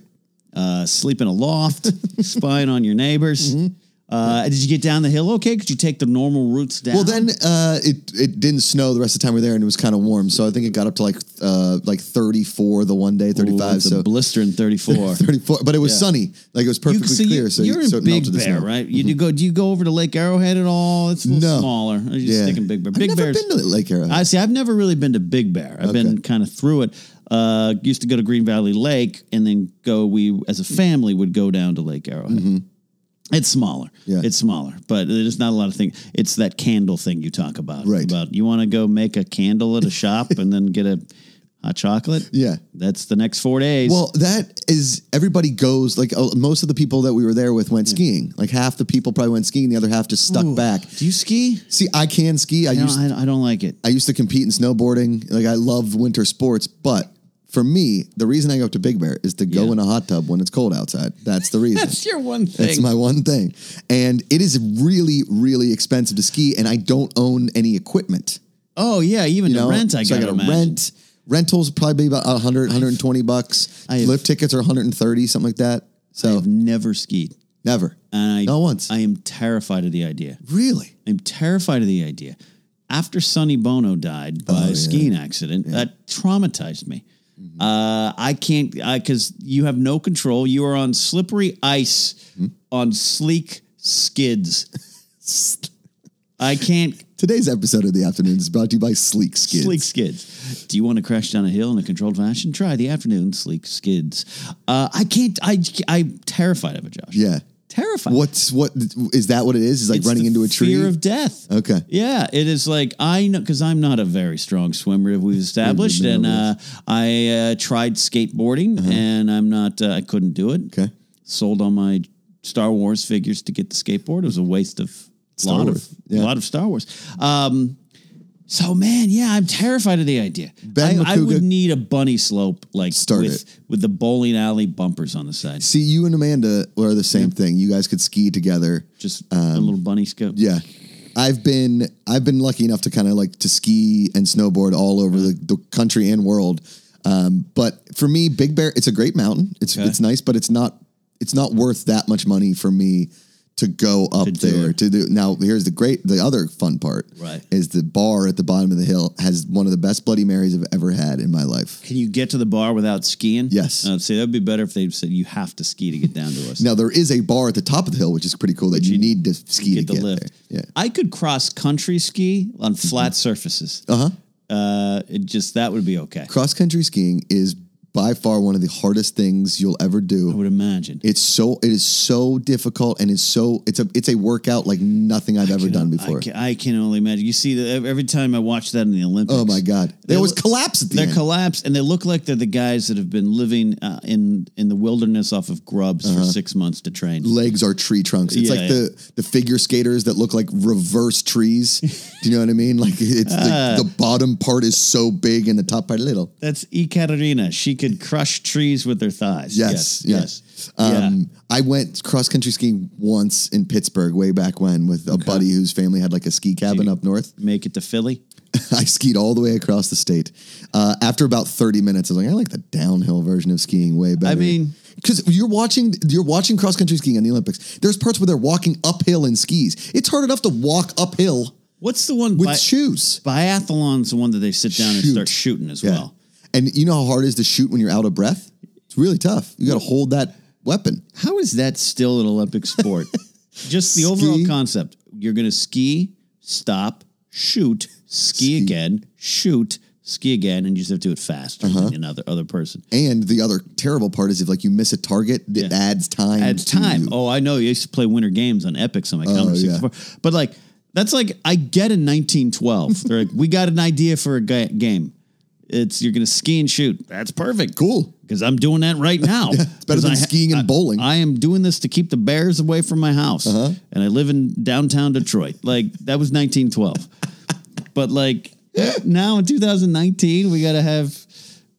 [SPEAKER 1] uh, sleep in a loft, spying on your neighbors.
[SPEAKER 2] Mm-hmm.
[SPEAKER 1] Uh, did you get down the hill okay? Could you take the normal routes down?
[SPEAKER 2] Well, then uh, it it didn't snow the rest of the time we were there, and it was kind of warm. So I think it got up to like uh, like thirty four the one day, thirty
[SPEAKER 1] Ooh,
[SPEAKER 2] five.
[SPEAKER 1] it's a
[SPEAKER 2] So
[SPEAKER 1] blister in 34.
[SPEAKER 2] thirty four, but it was
[SPEAKER 1] Yeah.
[SPEAKER 2] sunny, like it was
[SPEAKER 1] You-
[SPEAKER 2] perfectly
[SPEAKER 1] so
[SPEAKER 2] clear.
[SPEAKER 1] you,
[SPEAKER 2] so
[SPEAKER 1] you're
[SPEAKER 2] you- so
[SPEAKER 1] in
[SPEAKER 2] it
[SPEAKER 1] Big
[SPEAKER 2] melted the
[SPEAKER 1] Bear,
[SPEAKER 2] snow. Mm-hmm.
[SPEAKER 1] right? You do go. Do you go over to Lake Arrowhead at all? It's a little
[SPEAKER 2] No.
[SPEAKER 1] smaller. Or you just
[SPEAKER 2] Yeah.
[SPEAKER 1] stick in Big Bear.
[SPEAKER 2] I've
[SPEAKER 1] Big
[SPEAKER 2] never
[SPEAKER 1] Bear's
[SPEAKER 2] been to Lake Arrowhead.
[SPEAKER 1] I see. I've never really been to Big Bear. I've been kind of through it. Uh, used to go to Green Valley Lake and then go. We as a family would go down to Lake Arrowhead. It's smaller.
[SPEAKER 2] Mm-hmm. Yeah.
[SPEAKER 1] It's smaller, but there's not a lot of things. It's that candle thing you talk about.
[SPEAKER 2] Right.
[SPEAKER 1] About you want to go make a candle at a shop and then get a hot chocolate.
[SPEAKER 2] Yeah.
[SPEAKER 1] That's the next four days.
[SPEAKER 2] Well, that is everybody goes like uh, most of the people that we were there with went
[SPEAKER 1] Hmm.
[SPEAKER 2] skiing. Like half the people probably went skiing, the other half just stuck back.
[SPEAKER 1] do you ski?
[SPEAKER 2] See, I can ski. I
[SPEAKER 1] I
[SPEAKER 2] used
[SPEAKER 1] don't, I don't like it.
[SPEAKER 2] I used to compete in snowboarding. Like I love winter sports, but For me, the reason I go up to Big Bear is to go
[SPEAKER 1] Yeah.
[SPEAKER 2] in a hot tub when it's cold outside. That's the reason.
[SPEAKER 1] That's your one thing.
[SPEAKER 2] That's my one thing. And it is really, really expensive to ski, and I don't own any equipment.
[SPEAKER 1] oh yeah, even
[SPEAKER 2] You
[SPEAKER 1] the
[SPEAKER 2] know?
[SPEAKER 1] rent I
[SPEAKER 2] so
[SPEAKER 1] got to
[SPEAKER 2] I gotta rent. Rentals would probably be about 100, 120 bucks.
[SPEAKER 1] I have-
[SPEAKER 2] Lift tickets are 130, something like that. So
[SPEAKER 1] I've never skied.
[SPEAKER 2] never.
[SPEAKER 1] And I,
[SPEAKER 2] Not once.
[SPEAKER 1] I am terrified of the idea.
[SPEAKER 2] really?
[SPEAKER 1] I'm terrified of the idea. After Sonny Bono died by
[SPEAKER 2] Oh, yeah. Mm-hmm.
[SPEAKER 1] a skiing accident, that traumatized me. Uh, I can't because you have no control. You are on slippery ice
[SPEAKER 2] Hmm?
[SPEAKER 1] on sleek skids. I can't
[SPEAKER 2] Today's episode of The Afternoon is brought to you by Sleek Skids.
[SPEAKER 1] sleek skids. Do you want to crash down a hill in a controlled fashion? Try the afternoon sleek skids. Uh, I can't. I I'm terrified of it, Josh.
[SPEAKER 2] Yeah.
[SPEAKER 1] terrified.
[SPEAKER 2] What's what is that what it is? Is like
[SPEAKER 1] It's
[SPEAKER 2] running
[SPEAKER 1] the
[SPEAKER 2] into a tree?
[SPEAKER 1] Fear of death.
[SPEAKER 2] okay.
[SPEAKER 1] Yeah, it is like I know because I'm not a very strong swimmer. We've established, and uh, I uh, tried skateboarding, and I'm not. Uh, I couldn't do it.
[SPEAKER 2] Uh-huh. Okay.
[SPEAKER 1] Sold all my Star Wars figures to get the skateboard. It was a waste of
[SPEAKER 2] Star
[SPEAKER 1] lot
[SPEAKER 2] Wars,
[SPEAKER 1] of
[SPEAKER 2] yeah.
[SPEAKER 1] lot of Star Wars. Um, so man, yeah, I'm terrified of the idea.
[SPEAKER 2] Ben
[SPEAKER 1] I, I would
[SPEAKER 2] McCouga-
[SPEAKER 1] need a bunny slope like
[SPEAKER 2] Start
[SPEAKER 1] with
[SPEAKER 2] it.
[SPEAKER 1] with the bowling alley bumpers on the side.
[SPEAKER 2] See, you and Amanda were the same thing. You guys could ski together.
[SPEAKER 1] Just a little bunny scope.
[SPEAKER 2] Yeah. I've been I've been lucky enough to kind of like to ski and snowboard all over the, the country and world. Um, but for me, Big Bear, it's a great mountain. It's
[SPEAKER 1] Okay.
[SPEAKER 2] it's nice, but it's not it's not worth that much money for me to go up
[SPEAKER 1] do
[SPEAKER 2] there
[SPEAKER 1] it.
[SPEAKER 2] to do. Now here's the great the other fun part
[SPEAKER 1] Right.
[SPEAKER 2] is the bar at the bottom of the hill has one of the best Bloody Marys I've ever had in my life.
[SPEAKER 1] Can you get to the bar without skiing?
[SPEAKER 2] Yes.
[SPEAKER 1] I'd say that'd be better if they said you have to ski to get down to us.
[SPEAKER 2] Now there is a bar at the top of the hill, which is pretty cool that you need to ski
[SPEAKER 1] get
[SPEAKER 2] to
[SPEAKER 1] the
[SPEAKER 2] get
[SPEAKER 1] lift.
[SPEAKER 2] there. Yeah. Mm-hmm.
[SPEAKER 1] I could cross country ski on flat surfaces. Uh-huh. it just that would be okay.
[SPEAKER 2] Cross country skiing is by far one of the hardest things you'll ever
[SPEAKER 1] I
[SPEAKER 2] do.
[SPEAKER 1] would imagine.
[SPEAKER 2] It's so it is so difficult and it's so it's a it's a workout like nothing I've ever done
[SPEAKER 1] I
[SPEAKER 2] before.
[SPEAKER 1] can, I can only imagine. You see, the, every time I watch that in the Olympics,
[SPEAKER 2] Oh my god. They
[SPEAKER 1] They
[SPEAKER 2] always
[SPEAKER 1] look-
[SPEAKER 2] collapse at the
[SPEAKER 1] they're
[SPEAKER 2] end.
[SPEAKER 1] collapsed, and they look like they're the guys that have been living uh, in in the wilderness off of grubs
[SPEAKER 2] Uh-huh.
[SPEAKER 1] for six months to train.
[SPEAKER 2] Legs are tree trunks. It's
[SPEAKER 1] Yeah,
[SPEAKER 2] like the the figure skaters that look like reverse trees. do you know what I mean? Like it's
[SPEAKER 1] Ah.
[SPEAKER 2] the, the bottom part is so big and the top part little.
[SPEAKER 1] That's Ekaterina. She could crush trees with her thighs.
[SPEAKER 2] Yes, yes.
[SPEAKER 1] Yeah.
[SPEAKER 2] Um, I went cross country skiing once in Pittsburgh way back when with a buddy whose family had like a ski cabin up north.
[SPEAKER 1] Make it to Philly.
[SPEAKER 2] I skied all the way across the state. Uh, after about 30 minutes, I was like, I like the downhill version of skiing way better.
[SPEAKER 1] mean-
[SPEAKER 2] because you're watching you're watching cross country skiing in the Olympics. There's parts where they're walking uphill in skis. It's hard enough to walk uphill
[SPEAKER 1] What's the one
[SPEAKER 2] with
[SPEAKER 1] bi-
[SPEAKER 2] shoes.
[SPEAKER 1] biathlon's the one that they sit down and
[SPEAKER 2] Shoot.
[SPEAKER 1] start shooting as well.
[SPEAKER 2] And you know how hard it is to shoot when you're out of breath? It's really tough. You got to hold that weapon.
[SPEAKER 1] How is that still an Olympic sport? Just the
[SPEAKER 2] Ski.
[SPEAKER 1] overall concept. You're going to ski, stop, shoot, ski, again, shoot, ski again, and you just have to do it faster than another other person.
[SPEAKER 2] And the other terrible part is if like you miss a target, it
[SPEAKER 1] Yeah.
[SPEAKER 2] adds time.
[SPEAKER 1] At
[SPEAKER 2] to
[SPEAKER 1] time.
[SPEAKER 2] you.
[SPEAKER 1] Oh, I know. You used to play Winter Games on Epics on my Commodore
[SPEAKER 2] Oh, yeah.
[SPEAKER 1] 64. But like, that's like I get in 1912. They're like, we got an idea for a ga- game. It's you're going to ski and shoot. That's perfect.
[SPEAKER 2] Cool.
[SPEAKER 1] because I'm doing that right now. it's
[SPEAKER 2] better than skiing and bowling. Uh-huh.
[SPEAKER 1] I am doing this to keep the bears away from my house, and I live in downtown Detroit. Like that was 1912, but like now in 2019, we got to have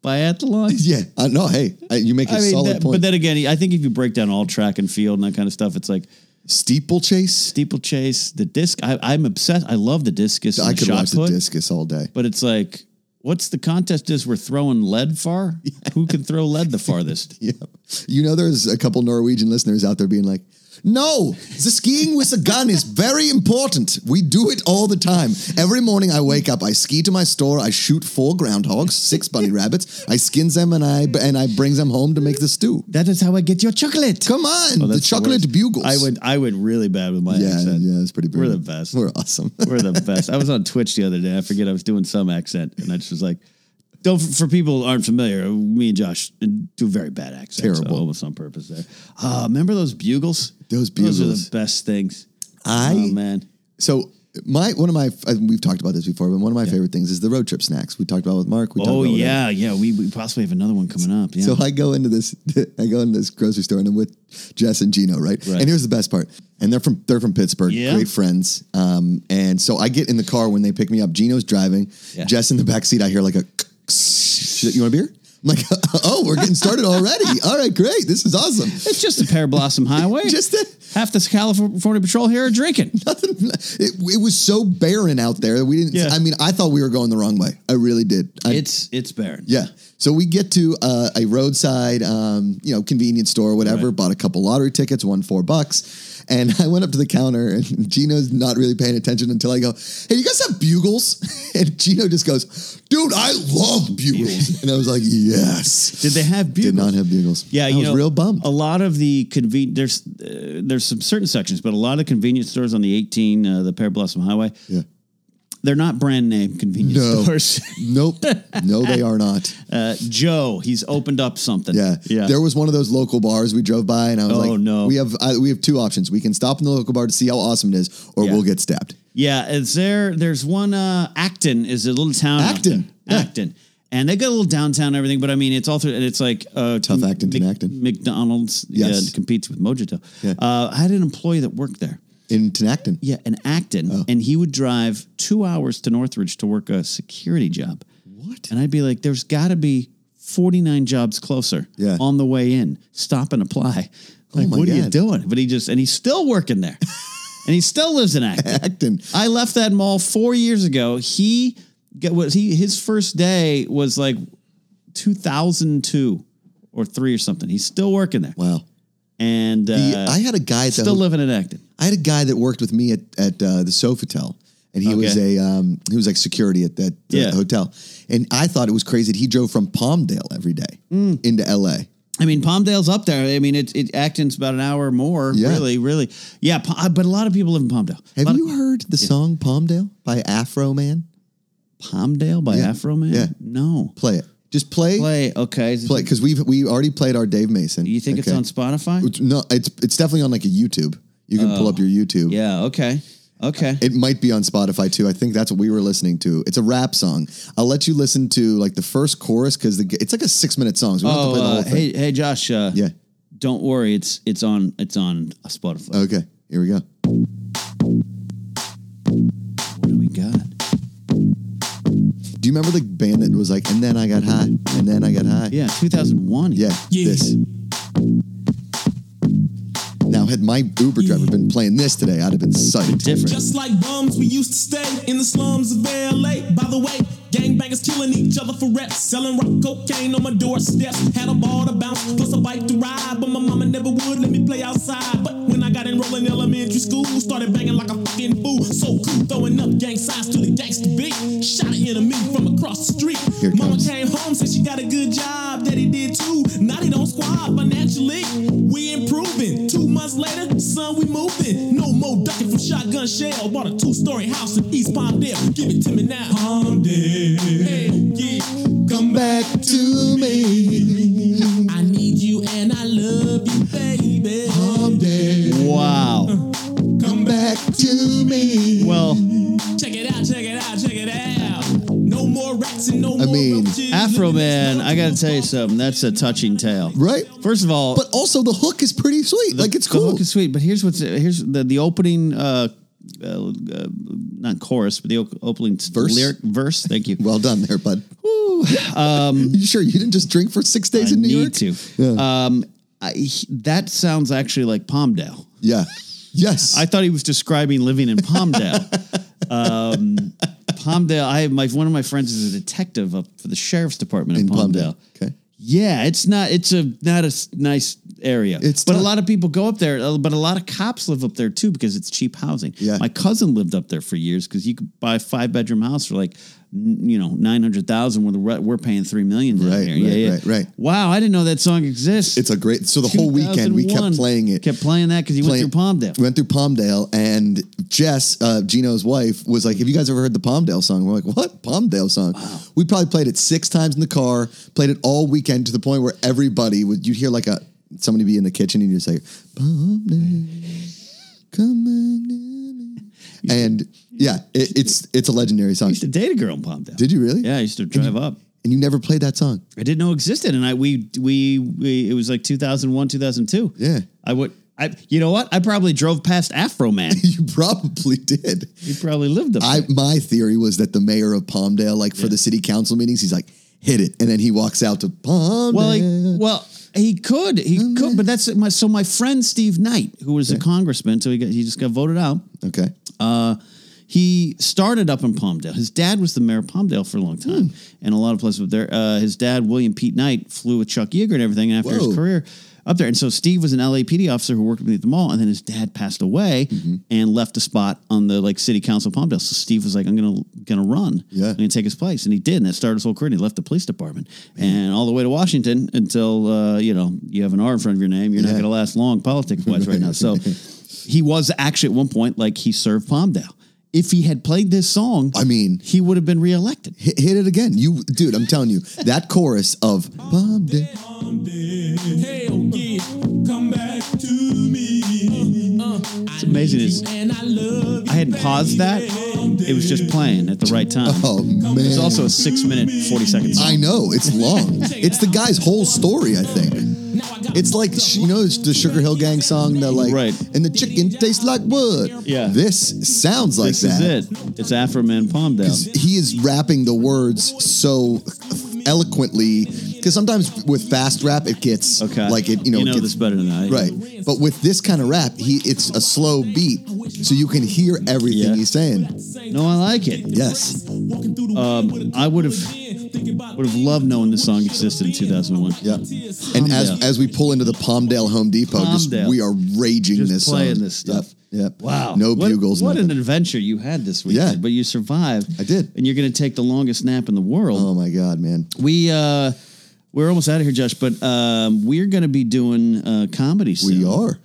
[SPEAKER 1] biathlon.
[SPEAKER 2] Yeah. Uh, no, hey, uh, you make a
[SPEAKER 1] I mean,
[SPEAKER 2] solid
[SPEAKER 1] that,
[SPEAKER 2] point.
[SPEAKER 1] but then again, I think if you break down all track and field and that kind of stuff, it's like
[SPEAKER 2] Steeplechase?
[SPEAKER 1] steeplechase, the disc. I, I'm obsessed. I love the discus. and
[SPEAKER 2] I
[SPEAKER 1] the
[SPEAKER 2] could
[SPEAKER 1] shot
[SPEAKER 2] watch
[SPEAKER 1] put.
[SPEAKER 2] the discus all day.
[SPEAKER 1] But it's like, what's the contest? Is we're throwing lead far? Who can throw lead the farthest?
[SPEAKER 2] Yeah. You know, there's a couple Norwegian listeners out there being like, no, the skiing with a gun is very important. We do it all the time. Every morning I wake up, I ski to my store, I shoot four groundhogs, six bunny rabbits, I skin them and I and I bring them home to make the stew.
[SPEAKER 1] That is how I get your chocolate.
[SPEAKER 2] Come on, the
[SPEAKER 1] Oh, That's
[SPEAKER 2] chocolate
[SPEAKER 1] worst.
[SPEAKER 2] bugles.
[SPEAKER 1] I went I went really bad with my
[SPEAKER 2] Yeah,
[SPEAKER 1] accent.
[SPEAKER 2] yeah, it's pretty.
[SPEAKER 1] We're the
[SPEAKER 2] brilliant.
[SPEAKER 1] best.
[SPEAKER 2] We're awesome.
[SPEAKER 1] We're the best. I was on Twitch the other day. I forget I was doing some accent, and I just was like, "Don't." For people who aren't familiar, me and Josh do very bad accents.
[SPEAKER 2] Terrible.
[SPEAKER 1] so almost on purpose. There. Uh, remember those bugles?
[SPEAKER 2] Those bugles.
[SPEAKER 1] are the best things.
[SPEAKER 2] I-
[SPEAKER 1] oh, man.
[SPEAKER 2] So my one of my uh, we've talked about this before, but one of my favorite things is the road trip snacks. We talked about with Mark. We talked
[SPEAKER 1] Oh
[SPEAKER 2] about with Evan.
[SPEAKER 1] yeah, yeah. We, we possibly have another one coming up. Yeah.
[SPEAKER 2] So I go into this, I go into this grocery store, and I'm with Jess and Gino, right?
[SPEAKER 1] Right.
[SPEAKER 2] And here's the best part, and they're from they're from Pittsburgh,
[SPEAKER 1] Yeah.
[SPEAKER 2] great friends. Um, and so I get in the car when they pick me up. Gino's driving,
[SPEAKER 1] Yeah.
[SPEAKER 2] Jess in the back seat. I hear like a, she's like, you want a beer? I'm like, oh, we're getting started already. All right, great. This is awesome.
[SPEAKER 1] It's just the Pear Blossom Highway.
[SPEAKER 2] Just a,
[SPEAKER 1] half the California Patrol here are drinking.
[SPEAKER 2] nothing. It, it was so barren out there that we didn't.
[SPEAKER 1] Yeah.
[SPEAKER 2] I mean, I thought we were going the wrong way. I really did. I,
[SPEAKER 1] It's it's barren.
[SPEAKER 2] Yeah. So we get to uh, a roadside, um, you know, convenience store, or whatever.
[SPEAKER 1] Right.
[SPEAKER 2] Bought a couple lottery tickets, won four bucks, and I went up to the counter, and Gino's not really paying attention until I go, "Hey, you guys have bugles?" And Gino just goes, "Dude, I love bugles," and I was like, "Yes."
[SPEAKER 1] Did they have bugles?
[SPEAKER 2] Did not have bugles.
[SPEAKER 1] Yeah,
[SPEAKER 2] I
[SPEAKER 1] you
[SPEAKER 2] was
[SPEAKER 1] know,
[SPEAKER 2] real bummed.
[SPEAKER 1] A lot of the conven there's uh, there's some certain sections, but a lot of convenience stores on the 18, uh, the Pear Blossom Highway,
[SPEAKER 2] Yeah.
[SPEAKER 1] they're not brand name convenience
[SPEAKER 2] No.
[SPEAKER 1] stores.
[SPEAKER 2] Nope. no, they are not.
[SPEAKER 1] Uh, Joe, he's opened up something.
[SPEAKER 2] Yeah.
[SPEAKER 1] yeah.
[SPEAKER 2] There was one of those local bars we drove by, and I was
[SPEAKER 1] Oh,
[SPEAKER 2] like,
[SPEAKER 1] no.
[SPEAKER 2] we have I, we have two options. We can stop in the local bar to see how awesome it is, or
[SPEAKER 1] Yeah.
[SPEAKER 2] we'll get stabbed."
[SPEAKER 1] Yeah, it's there. There's one. Uh, Acton is a little town. out
[SPEAKER 2] Acton,
[SPEAKER 1] there.
[SPEAKER 2] yeah.
[SPEAKER 1] Acton, and they got a little downtown and everything. But I mean, it's all through. And it's like uh,
[SPEAKER 2] Tough Actonton Acton.
[SPEAKER 1] McDonald's.
[SPEAKER 2] Yes.
[SPEAKER 1] Yeah, competes with Mojito.
[SPEAKER 2] Yeah.
[SPEAKER 1] Uh, I had an employee that worked there.
[SPEAKER 2] in Tenacton.
[SPEAKER 1] Yeah, in Acton,
[SPEAKER 2] Oh.
[SPEAKER 1] and he would drive two hours to Northridge to work a security job.
[SPEAKER 2] What?
[SPEAKER 1] And I'd be like, "There's got to be 49 jobs closer.
[SPEAKER 2] Yeah. Oh
[SPEAKER 1] on the way in, stop and apply. Like,
[SPEAKER 2] my
[SPEAKER 1] what are you
[SPEAKER 2] God.
[SPEAKER 1] doing? But he just and he's still working there, and he still lives in Acton.
[SPEAKER 2] Acton.
[SPEAKER 1] I left that mall four years ago. He got was he his first day was like 2002 or three or something. He's still working there,
[SPEAKER 2] Wow.
[SPEAKER 1] and uh,
[SPEAKER 2] The- I had a guy that
[SPEAKER 1] still living in Acton.
[SPEAKER 2] I had a guy that worked with me at at uh, the Sofitel, and he was
[SPEAKER 1] Okay.
[SPEAKER 2] a um, he was like security at that uh,
[SPEAKER 1] Yeah.
[SPEAKER 2] hotel, and I thought it was crazy that he drove from Palmdale every day
[SPEAKER 1] Mm.
[SPEAKER 2] into L.A.
[SPEAKER 1] I mean, Palmdale's up there. I mean, it, it Acton's about an hour or more.
[SPEAKER 2] Yeah.
[SPEAKER 1] Really, really, yeah. Pa- uh, but a lot of people live in Palmdale. A
[SPEAKER 2] Have
[SPEAKER 1] lot
[SPEAKER 2] you heard the song Palmdale by Afro Man?
[SPEAKER 1] of- Palmdale by
[SPEAKER 2] Yeah.
[SPEAKER 1] Afro Man?
[SPEAKER 2] Yeah.
[SPEAKER 1] No.
[SPEAKER 2] Play it. Just play play
[SPEAKER 1] Play okay. Is it-
[SPEAKER 2] because we've we already played our Dave Mason.
[SPEAKER 1] You think
[SPEAKER 2] Okay.
[SPEAKER 1] it's on Spotify?
[SPEAKER 2] It's- No, it's it's definitely on like a YouTube. You can pull up your YouTube.
[SPEAKER 1] Oh. yeah. Okay. Okay.
[SPEAKER 2] It might be on Spotify too. I think that's what we were listening to. It's a rap song. I'll let you listen to like the first chorus because it's like a six minute song. So we don't
[SPEAKER 1] oh,
[SPEAKER 2] have to play the
[SPEAKER 1] uh,
[SPEAKER 2] whole thing.
[SPEAKER 1] hey, hey, Josh. Uh,
[SPEAKER 2] Yeah.
[SPEAKER 1] Don't worry. It's it's on it's on Spotify.
[SPEAKER 2] Okay. Here we go.
[SPEAKER 1] what do we got?
[SPEAKER 2] Do you remember the band that was like, and then I got high, and then I got high?
[SPEAKER 1] Yeah, 2001.
[SPEAKER 2] Yeah. This. Now, had my Uber driver been playing this today, I'd have been psyched.
[SPEAKER 1] Different.
[SPEAKER 3] Just like bums, we used to stay in the slums of LA. By the way, gangbangers killing each other for reps, selling rock cocaine on my doorstep. Had a ball to bounce, plus a bike to ride, but my mama never would let me play outside. But when I got enrolled in elementary school, started banging like a fucking fool. So cool, throwing up gang signs to the gangster beat. Shot an enemy from across the street.
[SPEAKER 2] Here it
[SPEAKER 3] mama
[SPEAKER 2] comes.
[SPEAKER 3] came home, said she got a good job. Daddy did too. Now they don't squab financially. We improving. Two months later, son, we moving. No more ducking from shotgun shell. Bought a two-story house in East Palmdale. Give it to me now. Palmdale. Hey, yeah. Come
[SPEAKER 2] Back to me.
[SPEAKER 3] I need you and I love you, baby.
[SPEAKER 2] Someday.
[SPEAKER 1] Wow.
[SPEAKER 3] Come back.
[SPEAKER 2] Back to me.
[SPEAKER 1] Well,
[SPEAKER 3] Check it out, check it out, check it out. No more rats and no more
[SPEAKER 2] mean,
[SPEAKER 3] roaches.
[SPEAKER 1] Afro Man, I gotta tell you something. That's a touching tale.
[SPEAKER 2] Right?
[SPEAKER 1] First of all,
[SPEAKER 2] But also, the hook is pretty sweet. like, it's
[SPEAKER 1] The
[SPEAKER 2] cool.
[SPEAKER 1] hook is sweet, but here's what's here's the the opening. Uh, uh, uh, not chorus, but the o- opening
[SPEAKER 2] Verse?
[SPEAKER 1] lyric verse. Thank you.
[SPEAKER 2] well done there, bud. you sure you didn't just drink for six
[SPEAKER 1] Um,
[SPEAKER 2] days
[SPEAKER 1] I
[SPEAKER 2] in New
[SPEAKER 1] need
[SPEAKER 2] York?
[SPEAKER 1] to. Um, I, he- that sounds actually like Palmdale.
[SPEAKER 2] Yeah. Yes.
[SPEAKER 1] I thought he was describing living in Palmdale. um, Palmdale. I have my one of my friends is a detective up for the sheriff's department in,
[SPEAKER 2] in Palmdale.
[SPEAKER 1] Palmdale.
[SPEAKER 2] Okay.
[SPEAKER 1] Yeah, it's not. It's a not a s- nice area.
[SPEAKER 2] It's
[SPEAKER 1] but a
[SPEAKER 2] not-
[SPEAKER 1] lot of people go up there. uh, But a lot of cops live up there too because it's cheap housing.
[SPEAKER 2] Yeah.
[SPEAKER 1] my cousin lived up there for years because you could buy a five bedroom house for like n- you know nine hundred thousand. Where the re- we're paying three million down
[SPEAKER 2] Right,
[SPEAKER 1] here.
[SPEAKER 2] right,
[SPEAKER 1] yeah, yeah.
[SPEAKER 2] right, right.
[SPEAKER 1] Wow, I didn't know that song exists.
[SPEAKER 2] It's a great. So the whole weekend we kept
[SPEAKER 1] 2001.
[SPEAKER 2] playing it.
[SPEAKER 1] Kept playing that because he
[SPEAKER 2] Playing-
[SPEAKER 1] went through Palmdale.
[SPEAKER 2] Went through Palmdale, and Jess, uh, Gino's wife, was like, "Have you guys ever heard the Palmdale song?" We're like, "What Palmdale song?" We probably played it six times in the car. Played it all weekend to the point where everybody would. You'd hear like a somebody be in the kitchen, and you'd say, "Palmdale, come on." in." And yeah, it, it's it's a legendary
[SPEAKER 1] I
[SPEAKER 2] song.
[SPEAKER 1] used to date a girl in Palmdale.
[SPEAKER 2] Did you really?
[SPEAKER 1] Yeah, I used to drive up.
[SPEAKER 2] And you never played that song.
[SPEAKER 1] I didn't know it existed, and I we we, we it was like 2001, 2002.
[SPEAKER 2] Yeah.
[SPEAKER 1] I would. I you know what? I probably drove past Afro Man.
[SPEAKER 2] You probably did.
[SPEAKER 1] he probably lived up.
[SPEAKER 2] I
[SPEAKER 1] there.
[SPEAKER 2] my theory was that the mayor of Palmdale, like for the city council meetings, he's like, hit it, and then he walks out to pump.
[SPEAKER 1] Well,
[SPEAKER 2] it.
[SPEAKER 1] he, well, he could, he
[SPEAKER 2] Mm-hmm.
[SPEAKER 1] could, but that's my. So my friend Steve Knight, who was a congressman, so he got, he just got voted out.
[SPEAKER 2] okay,
[SPEAKER 1] Uh, he started up in Palmdale. His dad was the mayor of Palmdale for a long time,
[SPEAKER 2] Hmm.
[SPEAKER 1] and a lot of places up there. Uh, his dad, William Pete Knight, flew with Chuck Yeager and everything after
[SPEAKER 2] Whoa.
[SPEAKER 1] his career up there. And so Steve was an LAPD officer who worked with me at the mall, and then his dad passed away
[SPEAKER 2] Mm-hmm.
[SPEAKER 1] and left a spot on the like city council of Palmdale. So Steve was like, "I'm gonna gonna run,
[SPEAKER 2] Yeah.
[SPEAKER 1] I'm gonna take his place," and he did, and that started his whole career. And he left the police department and all the way to Washington until uh, you know you have an R in front of your name. You're
[SPEAKER 2] Yeah.
[SPEAKER 1] not gonna last long politics wise right now. So he was actually at one point like he served Palmdale. If he had played this song,
[SPEAKER 2] I mean-
[SPEAKER 1] he would have been reelected.
[SPEAKER 2] hit, hit it again. You, dude, I'm telling you, that chorus of pump it.
[SPEAKER 3] I'm dead. Hell yeah, come back to me. it's
[SPEAKER 1] amazing is-
[SPEAKER 3] and I love
[SPEAKER 1] I hadn't paused that; it was just playing at the right time.
[SPEAKER 2] Oh man,
[SPEAKER 1] It's also a six-minute, forty-second song.
[SPEAKER 2] I know it's long. it's the guy's whole story, I think. It's like sh- you know it's the Sugar Hill Gang song that like
[SPEAKER 1] Right.
[SPEAKER 2] and the chicken tastes like wood.
[SPEAKER 1] Yeah.
[SPEAKER 2] This sounds like
[SPEAKER 1] this
[SPEAKER 2] that.
[SPEAKER 1] is it. It's Afro Man Palmdale.
[SPEAKER 2] He is rapping the words so eloquently because sometimes with fast rap it gets
[SPEAKER 1] Okay,
[SPEAKER 2] like it you know,
[SPEAKER 1] you
[SPEAKER 2] it
[SPEAKER 1] know
[SPEAKER 2] gets-
[SPEAKER 1] this better than I. do.
[SPEAKER 2] right. But with this kind of rap, he it's a slow beat, so you can hear everything
[SPEAKER 1] Yeah.
[SPEAKER 2] he's saying.
[SPEAKER 1] No, I like it.
[SPEAKER 2] Yes.
[SPEAKER 1] Um, I would have would have loved knowing this song existed in two thousand one.
[SPEAKER 2] Yeah. And as
[SPEAKER 1] Palmdale.
[SPEAKER 2] as we pull into the Palmdale Home Depot, just
[SPEAKER 1] Palmdale.
[SPEAKER 2] we are raging
[SPEAKER 1] Just
[SPEAKER 2] this
[SPEAKER 1] playing
[SPEAKER 2] song.
[SPEAKER 1] this stuff.
[SPEAKER 2] Yep. yep.
[SPEAKER 1] Wow.
[SPEAKER 2] No
[SPEAKER 1] what,
[SPEAKER 2] bugles.
[SPEAKER 1] What
[SPEAKER 2] nothing.
[SPEAKER 1] an adventure you had this week.
[SPEAKER 2] Yeah.
[SPEAKER 1] But you survived.
[SPEAKER 2] I did.
[SPEAKER 1] And you're going to take the longest nap in the world.
[SPEAKER 2] oh my god, man.
[SPEAKER 1] We uh we're almost out of here, Josh, but um we're gonna be doing uh comedy soon.
[SPEAKER 2] We are.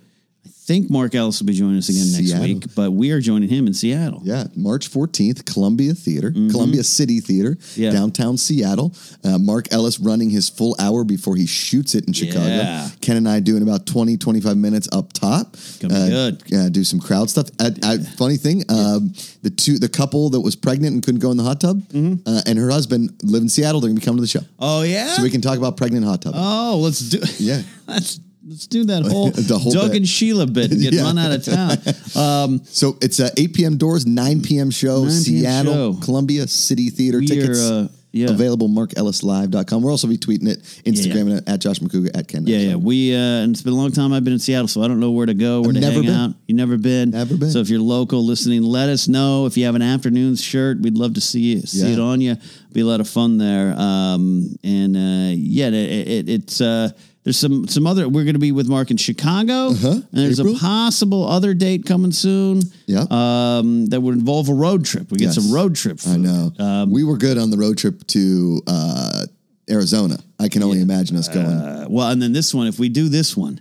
[SPEAKER 1] I think Mark Ellis will be joining us again
[SPEAKER 2] Seattle.
[SPEAKER 1] next week, but we are joining him in Seattle.
[SPEAKER 2] Yeah, March 14th, Columbia Theater, Columbia City Theater,
[SPEAKER 1] Mm-hmm. Yeah.
[SPEAKER 2] downtown Seattle. Uh, Mark Ellis running his full hour before he shoots it in Chicago.
[SPEAKER 1] Yeah.
[SPEAKER 2] Ken and I doing about 20, 25 minutes up top.
[SPEAKER 1] Gonna be good.
[SPEAKER 2] Uh, do some crowd stuff. Uh, uh, funny thing, um, the two, the couple that was pregnant and couldn't go in the hot tub, uh, and her husband live in Seattle. They're gonna be coming to the show,
[SPEAKER 1] Mm-hmm. Oh yeah.
[SPEAKER 2] so we can talk about pregnant hot tub.
[SPEAKER 1] oh, let's do
[SPEAKER 2] Yeah.
[SPEAKER 1] let's let's do that whole,
[SPEAKER 2] The whole
[SPEAKER 1] Doug
[SPEAKER 2] bit.
[SPEAKER 1] and Sheila bit and get
[SPEAKER 2] Yeah.
[SPEAKER 1] run out of town. Um
[SPEAKER 2] so it's uh, 8 p.m. doors, 9 p.m. show,
[SPEAKER 1] 9 p.m.
[SPEAKER 2] Seattle,
[SPEAKER 1] show.
[SPEAKER 2] Columbia City Theater.
[SPEAKER 1] we
[SPEAKER 2] Tickets.
[SPEAKER 1] are uh, yeah.
[SPEAKER 2] available markellislive.com. We'll also be tweeting it, Instagramming it at Josh McCougar at Ken.
[SPEAKER 1] Yeah,
[SPEAKER 2] Nelson.
[SPEAKER 1] yeah. We uh, and it's been a long time. I've been in Seattle, so I don't know where to go, where
[SPEAKER 2] I've
[SPEAKER 1] to
[SPEAKER 2] never
[SPEAKER 1] hang
[SPEAKER 2] been.
[SPEAKER 1] out. You never been,
[SPEAKER 2] Never been.
[SPEAKER 1] So if you're local listening, let us know if you have an afternoons shirt. We'd love to see you, see
[SPEAKER 2] Yeah.
[SPEAKER 1] it on you. Be a lot of fun there. Um, and uh, yeah, it, it, it's uh, there's some some other. We're going to be with Mark in Chicago, and there's
[SPEAKER 2] Uh-huh. April.
[SPEAKER 1] a possible other date coming soon.
[SPEAKER 2] Yeah.
[SPEAKER 1] um, that would involve a road trip. We get
[SPEAKER 2] Yes.
[SPEAKER 1] some road trip. Food.
[SPEAKER 2] I know.
[SPEAKER 1] um,
[SPEAKER 2] we were good on the road trip to uh, Arizona. I can only imagine us going.
[SPEAKER 1] Uh, well, and then this one, if we do this one,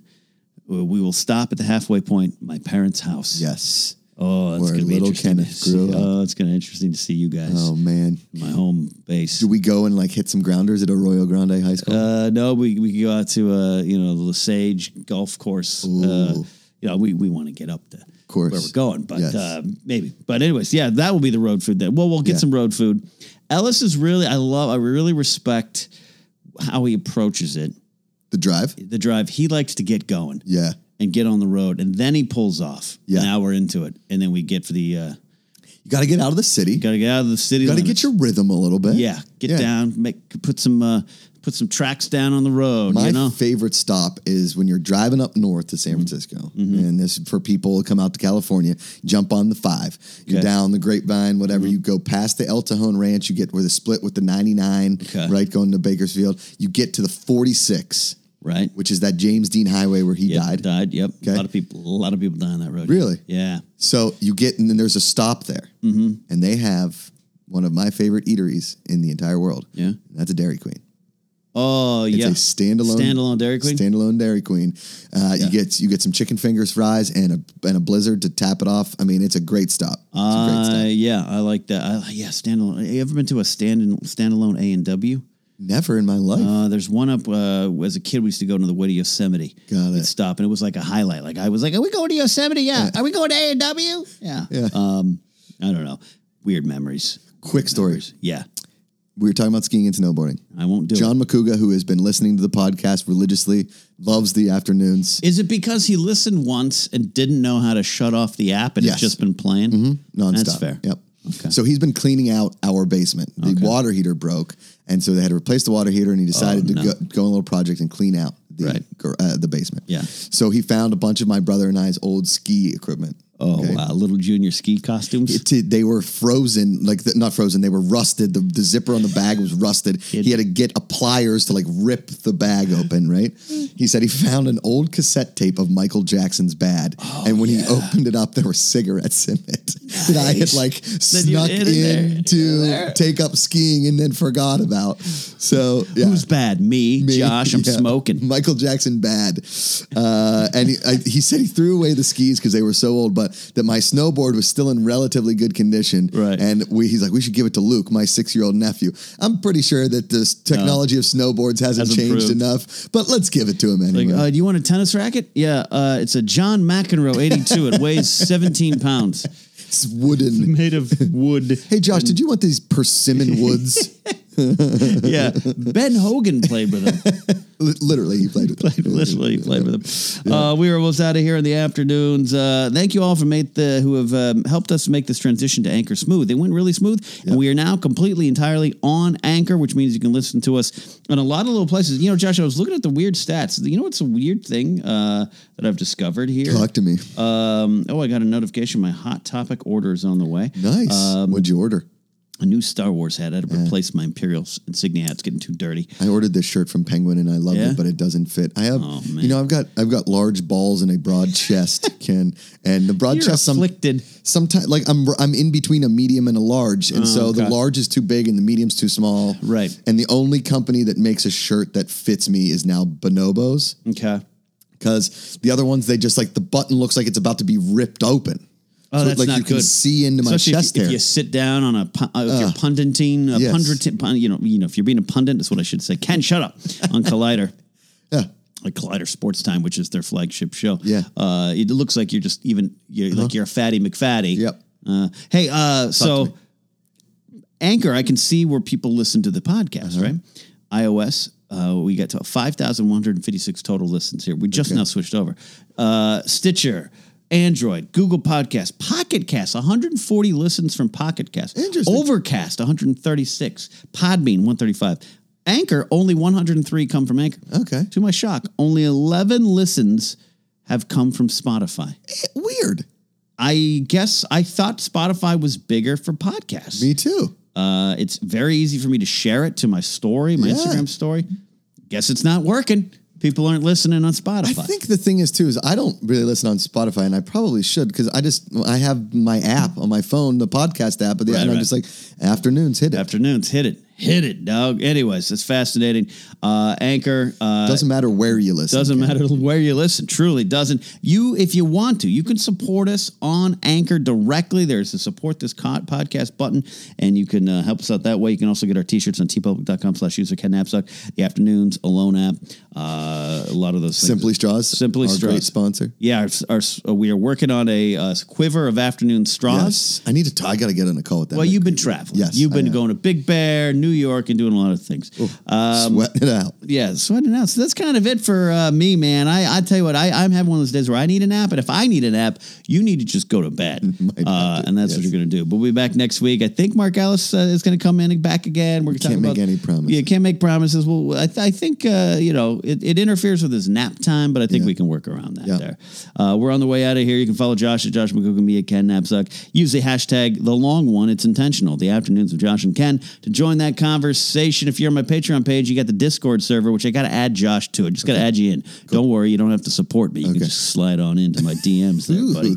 [SPEAKER 1] we we will stop at the halfway point, my parents' house.
[SPEAKER 2] yes.
[SPEAKER 1] Oh, that's
[SPEAKER 2] Where
[SPEAKER 1] gonna be
[SPEAKER 2] little
[SPEAKER 1] interesting. to
[SPEAKER 2] Kenneth grew
[SPEAKER 1] see.
[SPEAKER 2] up.
[SPEAKER 1] Oh, it's gonna be interesting to see you guys.
[SPEAKER 2] Oh man.
[SPEAKER 1] My home base.
[SPEAKER 2] Do we go and like hit some grounders at Arroyo Grande High School?
[SPEAKER 1] uh, no, we we could go out to uh, you know the Lesage Golf Course. Uh,
[SPEAKER 2] Ooh.
[SPEAKER 1] you know, we we want to get up to
[SPEAKER 2] course.
[SPEAKER 1] where we're going, but
[SPEAKER 2] Yes.
[SPEAKER 1] uh, maybe. But anyways, yeah, that will be the road food. That well, we'll get
[SPEAKER 2] Yeah.
[SPEAKER 1] some road food. Ellis is really I love I really respect how he approaches it.
[SPEAKER 2] the drive.
[SPEAKER 1] The drive he likes to get going.
[SPEAKER 2] Yeah.
[SPEAKER 1] and get on the road, and then he pulls off.
[SPEAKER 2] Yeah.
[SPEAKER 1] Now we're into it, and then we get for the uh,
[SPEAKER 2] You got to get out of the city.
[SPEAKER 1] got to get out of the city.
[SPEAKER 2] Got to
[SPEAKER 1] limits.
[SPEAKER 2] get your rhythm a little bit.
[SPEAKER 1] yeah, get down, make put some uh, put some tracks down on the road.
[SPEAKER 2] My
[SPEAKER 1] you know, Mm-hmm.
[SPEAKER 2] favorite stop is when you're driving up north to San Francisco, and this for people who come out to California. Jump on the five. You're
[SPEAKER 1] Okay.
[SPEAKER 2] down the Grapevine, whatever.
[SPEAKER 1] Mm-hmm.
[SPEAKER 2] You go past the El Cajon Ranch. You get where the split with the 99,
[SPEAKER 1] Okay.
[SPEAKER 2] right, going to Bakersfield. You get to the 46,
[SPEAKER 1] right?
[SPEAKER 2] which is that James Dean Highway where he
[SPEAKER 1] Yep,
[SPEAKER 2] died.
[SPEAKER 1] Died. Yep.
[SPEAKER 2] Okay.
[SPEAKER 1] A lot of people. A lot of people die on that road.
[SPEAKER 2] Really?
[SPEAKER 1] Yeah.
[SPEAKER 2] So you get, and then there's a stop there, mm-hmm. and they have one of my favorite eateries in the entire world.
[SPEAKER 1] Yeah.
[SPEAKER 2] that's a Dairy Queen.
[SPEAKER 1] Oh
[SPEAKER 2] It's
[SPEAKER 1] yeah.
[SPEAKER 2] a standalone
[SPEAKER 1] Standalone Dairy Queen.
[SPEAKER 2] Standalone Dairy Queen. Uh, You get you get some chicken fingers, fries, and a and a blizzard to tap it off. I mean, it's a great stop. It's a great
[SPEAKER 1] uh,
[SPEAKER 2] stop.
[SPEAKER 1] yeah, I like that. I, yeah, standalone. You ever been to a stand standalone A and W?
[SPEAKER 2] Never in my life.
[SPEAKER 1] Uh, there's one up uh, as a kid. We used to go to the way to Yosemite.
[SPEAKER 2] Got it.
[SPEAKER 1] We'd stop, and it was like a highlight. Like I was like, "Are we going to Yosemite? Yeah. Are we going to A and W? Yeah.
[SPEAKER 2] Yeah.
[SPEAKER 1] Um, I don't know. Weird memories.
[SPEAKER 2] Quick story.
[SPEAKER 1] Yeah.
[SPEAKER 2] We were talking about skiing and snowboarding.
[SPEAKER 1] I won't do
[SPEAKER 2] John McCouga, who has been listening to the podcast religiously, loves the afternoons.
[SPEAKER 1] it. Is it because he listened once and didn't know how to shut off the app, and
[SPEAKER 2] Yes. Mm-hmm.
[SPEAKER 1] it's just been playing
[SPEAKER 2] nonstop.
[SPEAKER 1] That's fair.
[SPEAKER 2] Yep. So he's been cleaning out our basement. The water heater broke, and so they had to replace the water heater, and he decided
[SPEAKER 1] Oh, no.
[SPEAKER 2] to go, go on a little project and clean out the
[SPEAKER 1] Right.
[SPEAKER 2] gar- uh, the basement.
[SPEAKER 1] Yeah.
[SPEAKER 2] So he found a bunch of my brother and I's old ski equipment.
[SPEAKER 1] Oh
[SPEAKER 2] Okay?
[SPEAKER 1] wow, little junior ski costumes.
[SPEAKER 2] It- it- they were frozen, like the, not frozen. They were rusted. The, the zipper on the bag was rusted. he had to get a pliers to like rip the bag open. Right? He said he found an old cassette tape of Michael Jackson's "Bad,"
[SPEAKER 1] Oh,
[SPEAKER 2] and when he opened it up, there were cigarettes in it that I had like
[SPEAKER 1] you
[SPEAKER 2] snuck
[SPEAKER 1] hid in there.
[SPEAKER 2] in to take up skiing and then forgot about. So yeah.
[SPEAKER 1] Who's bad? Me,
[SPEAKER 2] Me,
[SPEAKER 1] Josh. I'm
[SPEAKER 2] yeah.
[SPEAKER 1] smoking.
[SPEAKER 2] Michael Jackson bad. Uh, and he, I, he said he threw away the skis because they were so old, but that my snowboard was still in relatively good condition.
[SPEAKER 1] Right.
[SPEAKER 2] And we, he's like, we should give it to Luke, my six year old nephew. I'm pretty sure that this technology of snowboards hasn't
[SPEAKER 1] Has
[SPEAKER 2] changed
[SPEAKER 1] improved.
[SPEAKER 2] enough, but let's give it to him
[SPEAKER 1] Like,
[SPEAKER 2] anyway.
[SPEAKER 1] uh, do you want a tennis racket? Yeah, uh, it's a John McEnroe 82. It weighs 17 pounds.
[SPEAKER 2] it's wooden.
[SPEAKER 1] Made of wood.
[SPEAKER 2] Hey, Josh, did you want these persimmon woods?
[SPEAKER 1] Yeah. Ben Hogan played with him.
[SPEAKER 2] Li- Literally, he played with them.
[SPEAKER 1] literally played with them. Uh, we are almost out of here in the afternoons. Uh, thank you all for make the who have um, helped us make this transition to Anchor smooth. It went really smooth, and we are now completely entirely on Anchor, which means you can listen to us in a lot of little places. You know, Josh, I was looking at the weird stats. You know what's a weird thing uh, that I've discovered here?
[SPEAKER 2] Talk to me.
[SPEAKER 1] Um, oh, I got a notification. My hot topic order is on the way.
[SPEAKER 2] nice.
[SPEAKER 1] um,
[SPEAKER 2] What'd you order?
[SPEAKER 1] A new Star Wars hat. I had to replace my Imperial s- insignia hat. It's getting too dirty.
[SPEAKER 2] I ordered this shirt from Penguin and I love
[SPEAKER 1] Yeah?
[SPEAKER 2] it, but it doesn't fit. I have,
[SPEAKER 1] Oh, man.
[SPEAKER 2] you know, I've got I've got large balls and a broad chest, Ken, and the broad
[SPEAKER 1] You're
[SPEAKER 2] chest some
[SPEAKER 1] afflicted.
[SPEAKER 2] sometimes like I'm I'm in between a medium and a large, and so the
[SPEAKER 1] Oh, okay.
[SPEAKER 2] large is too big and the medium's too small.
[SPEAKER 1] Right.
[SPEAKER 2] And the only company that makes a shirt that fits me is now Bonobos,
[SPEAKER 1] Okay.
[SPEAKER 2] because the other ones they just like the button looks like it's about to be ripped open.
[SPEAKER 1] Oh,
[SPEAKER 2] so
[SPEAKER 1] that's
[SPEAKER 2] like
[SPEAKER 1] not
[SPEAKER 2] you can
[SPEAKER 1] good.
[SPEAKER 2] see into my
[SPEAKER 1] Especially if-
[SPEAKER 2] chest
[SPEAKER 1] if,
[SPEAKER 2] hair.
[SPEAKER 1] you sit down on a pun- uh, if you're punditine, a
[SPEAKER 2] Yes.
[SPEAKER 1] pundit, pun, you know, you know, if you're being a pundit, that's what I should say. Ken, shut up on Collider.
[SPEAKER 2] Yeah.
[SPEAKER 1] Like Collider Sports Time, which is their flagship show.
[SPEAKER 2] Yeah. Uh-huh.
[SPEAKER 1] uh, it looks like you're just even you're like you're a fatty McFatty.
[SPEAKER 2] Yep.
[SPEAKER 1] Uh, hey, uh,
[SPEAKER 2] me.
[SPEAKER 1] so Anchor, I can see where people listen to the podcast, right? iOS, uh, we got to 5,156 total listens here. We just now switched over. Uh, Stitcher, Android, Google Podcast, Pocket Cast, 140 listens from Pocket Cast.
[SPEAKER 2] Interesting.
[SPEAKER 1] Overcast, 136. Podbean, 135. Anchor, only 103 come from Anchor.
[SPEAKER 2] Okay.
[SPEAKER 1] To my shock, only 11 listens have come from Spotify.
[SPEAKER 2] Weird.
[SPEAKER 1] I guess I thought Spotify was bigger for podcasts.
[SPEAKER 2] Me too.
[SPEAKER 1] Uh, it's very easy for me to share it to my story, my
[SPEAKER 2] Yeah.
[SPEAKER 1] Instagram story. Guess it's not working. People aren't listening on Spotify.
[SPEAKER 2] I think the thing is too is I don't really listen on Spotify, and I probably should because I just I have my app on my phone, the podcast app, but the,
[SPEAKER 1] Right,
[SPEAKER 2] and I'm
[SPEAKER 1] right.
[SPEAKER 2] just like afternoons hit it.
[SPEAKER 1] Afternoons, hit it, hit it, dog. Anyways, it's fascinating. Uh, Anchor uh,
[SPEAKER 2] doesn't matter where you listen.
[SPEAKER 1] doesn't matter where you listen. Truly doesn't. You, if you want to, you can support us on Anchor directly. There's the support this co- podcast button, and you can uh, help us out that way. You can also get our t-shirts on tpublic.com slash user Ken Knapsack, the afternoons, alone app, uh, a lot of those things.
[SPEAKER 2] Simply Straws.
[SPEAKER 1] Simply
[SPEAKER 2] our
[SPEAKER 1] Straws.
[SPEAKER 2] great sponsor.
[SPEAKER 1] Yeah, our, our, we are working on a uh, quiver of afternoon straws.
[SPEAKER 2] Yes, I need to. T- I got to get on a call with them.
[SPEAKER 1] Well, you've been traveling.
[SPEAKER 2] Yes,
[SPEAKER 1] you've
[SPEAKER 2] I
[SPEAKER 1] been
[SPEAKER 2] have.
[SPEAKER 1] going to Big Bear, New York, and doing a lot of things. Um,
[SPEAKER 2] sweat it out.
[SPEAKER 1] yeah, sweating out. So that's kind of it for uh, me, man. I, I tell you what, I, I'm having one of those days where I need a nap, and if I need a nap, you need to just go to bed, uh, and that's what you're going to do. But we'll be back next week. I think Mark Ellis uh, is going to come in and back again. We're
[SPEAKER 2] Can't make any promises.
[SPEAKER 1] Yeah, can't make promises. Well, I, th- I think uh, you know it, it interferes with his nap time, but I think we can work around that.
[SPEAKER 2] Yeah.
[SPEAKER 1] There, uh, we're on the way out of here. You can follow Josh at Josh McCook and me at Ken Knapsack. Use the hashtag the long one. It's intentional. The afternoons of Josh and Ken to join that conversation. If you're on my Patreon page, you got the Discord server, which I got to add Josh to. I just got to add you in. Don't worry, you don't have to support me. You can just slide on into my DMs there,
[SPEAKER 2] Ooh.
[SPEAKER 1] buddy.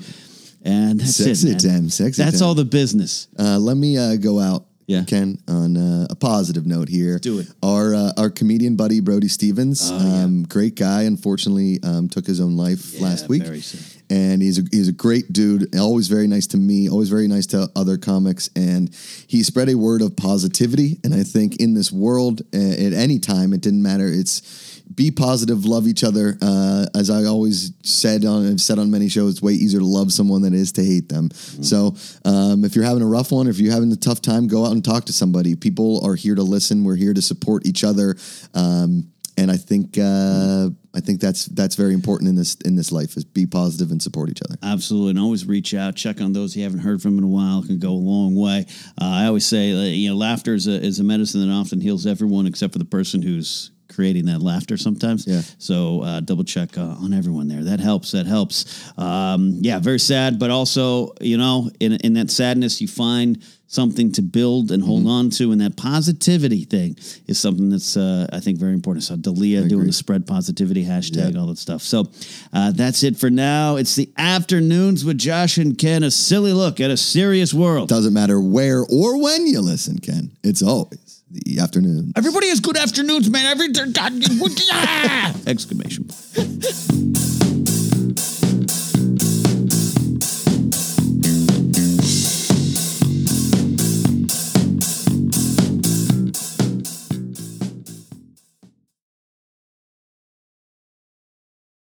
[SPEAKER 1] And that's
[SPEAKER 2] Sexy
[SPEAKER 1] it, man.
[SPEAKER 2] time, sexy
[SPEAKER 1] That's
[SPEAKER 2] time.
[SPEAKER 1] all the business.
[SPEAKER 2] Uh, let me uh, go out,
[SPEAKER 1] Yeah.
[SPEAKER 2] Ken, on uh, a positive note here.
[SPEAKER 1] do it. Oh,
[SPEAKER 2] Our uh, our comedian buddy Brody Stevens, um, great guy. Unfortunately, um, took his own life last week.
[SPEAKER 1] very sad.
[SPEAKER 2] And he's a he's a great dude. Always very nice to me. Always very nice to other comics. And he spread a word of positivity. And I think in this world, uh, at any time, it didn't matter. It's be positive, love each other. Uh, as I always said on I've said on many shows, it's way easier to love someone than it is to hate them. So um, if you're having a rough one, if you're having a tough time, go out and talk to somebody. People are here to listen. We're here to support each other. Um, and I think uh, I think that's that's very important in this in this life is be positive and support each other.
[SPEAKER 1] Absolutely. And always reach out, check on those you haven't heard from in a while. It can go a long way. Uh, I always say, uh, you know, laughter is a, is a medicine that often heals everyone except for the person who's creating that laughter sometimes.
[SPEAKER 2] Yeah.
[SPEAKER 1] So uh, double check uh, on everyone there. That helps. That helps. Um, yeah, very sad, but also, you know, in, in that sadness, you find something to build and hold on to. And that positivity thing is something that's, uh, I think, very important. So Dalia doing the spread positivity hashtag, all that stuff. So uh, that's it for now. It's the afternoons with Josh and Ken, a silly look at a serious world.
[SPEAKER 2] Doesn't matter where or when you listen, Ken. It's always the afternoon.
[SPEAKER 1] Everybody has good afternoons, man. Every God, exclamation.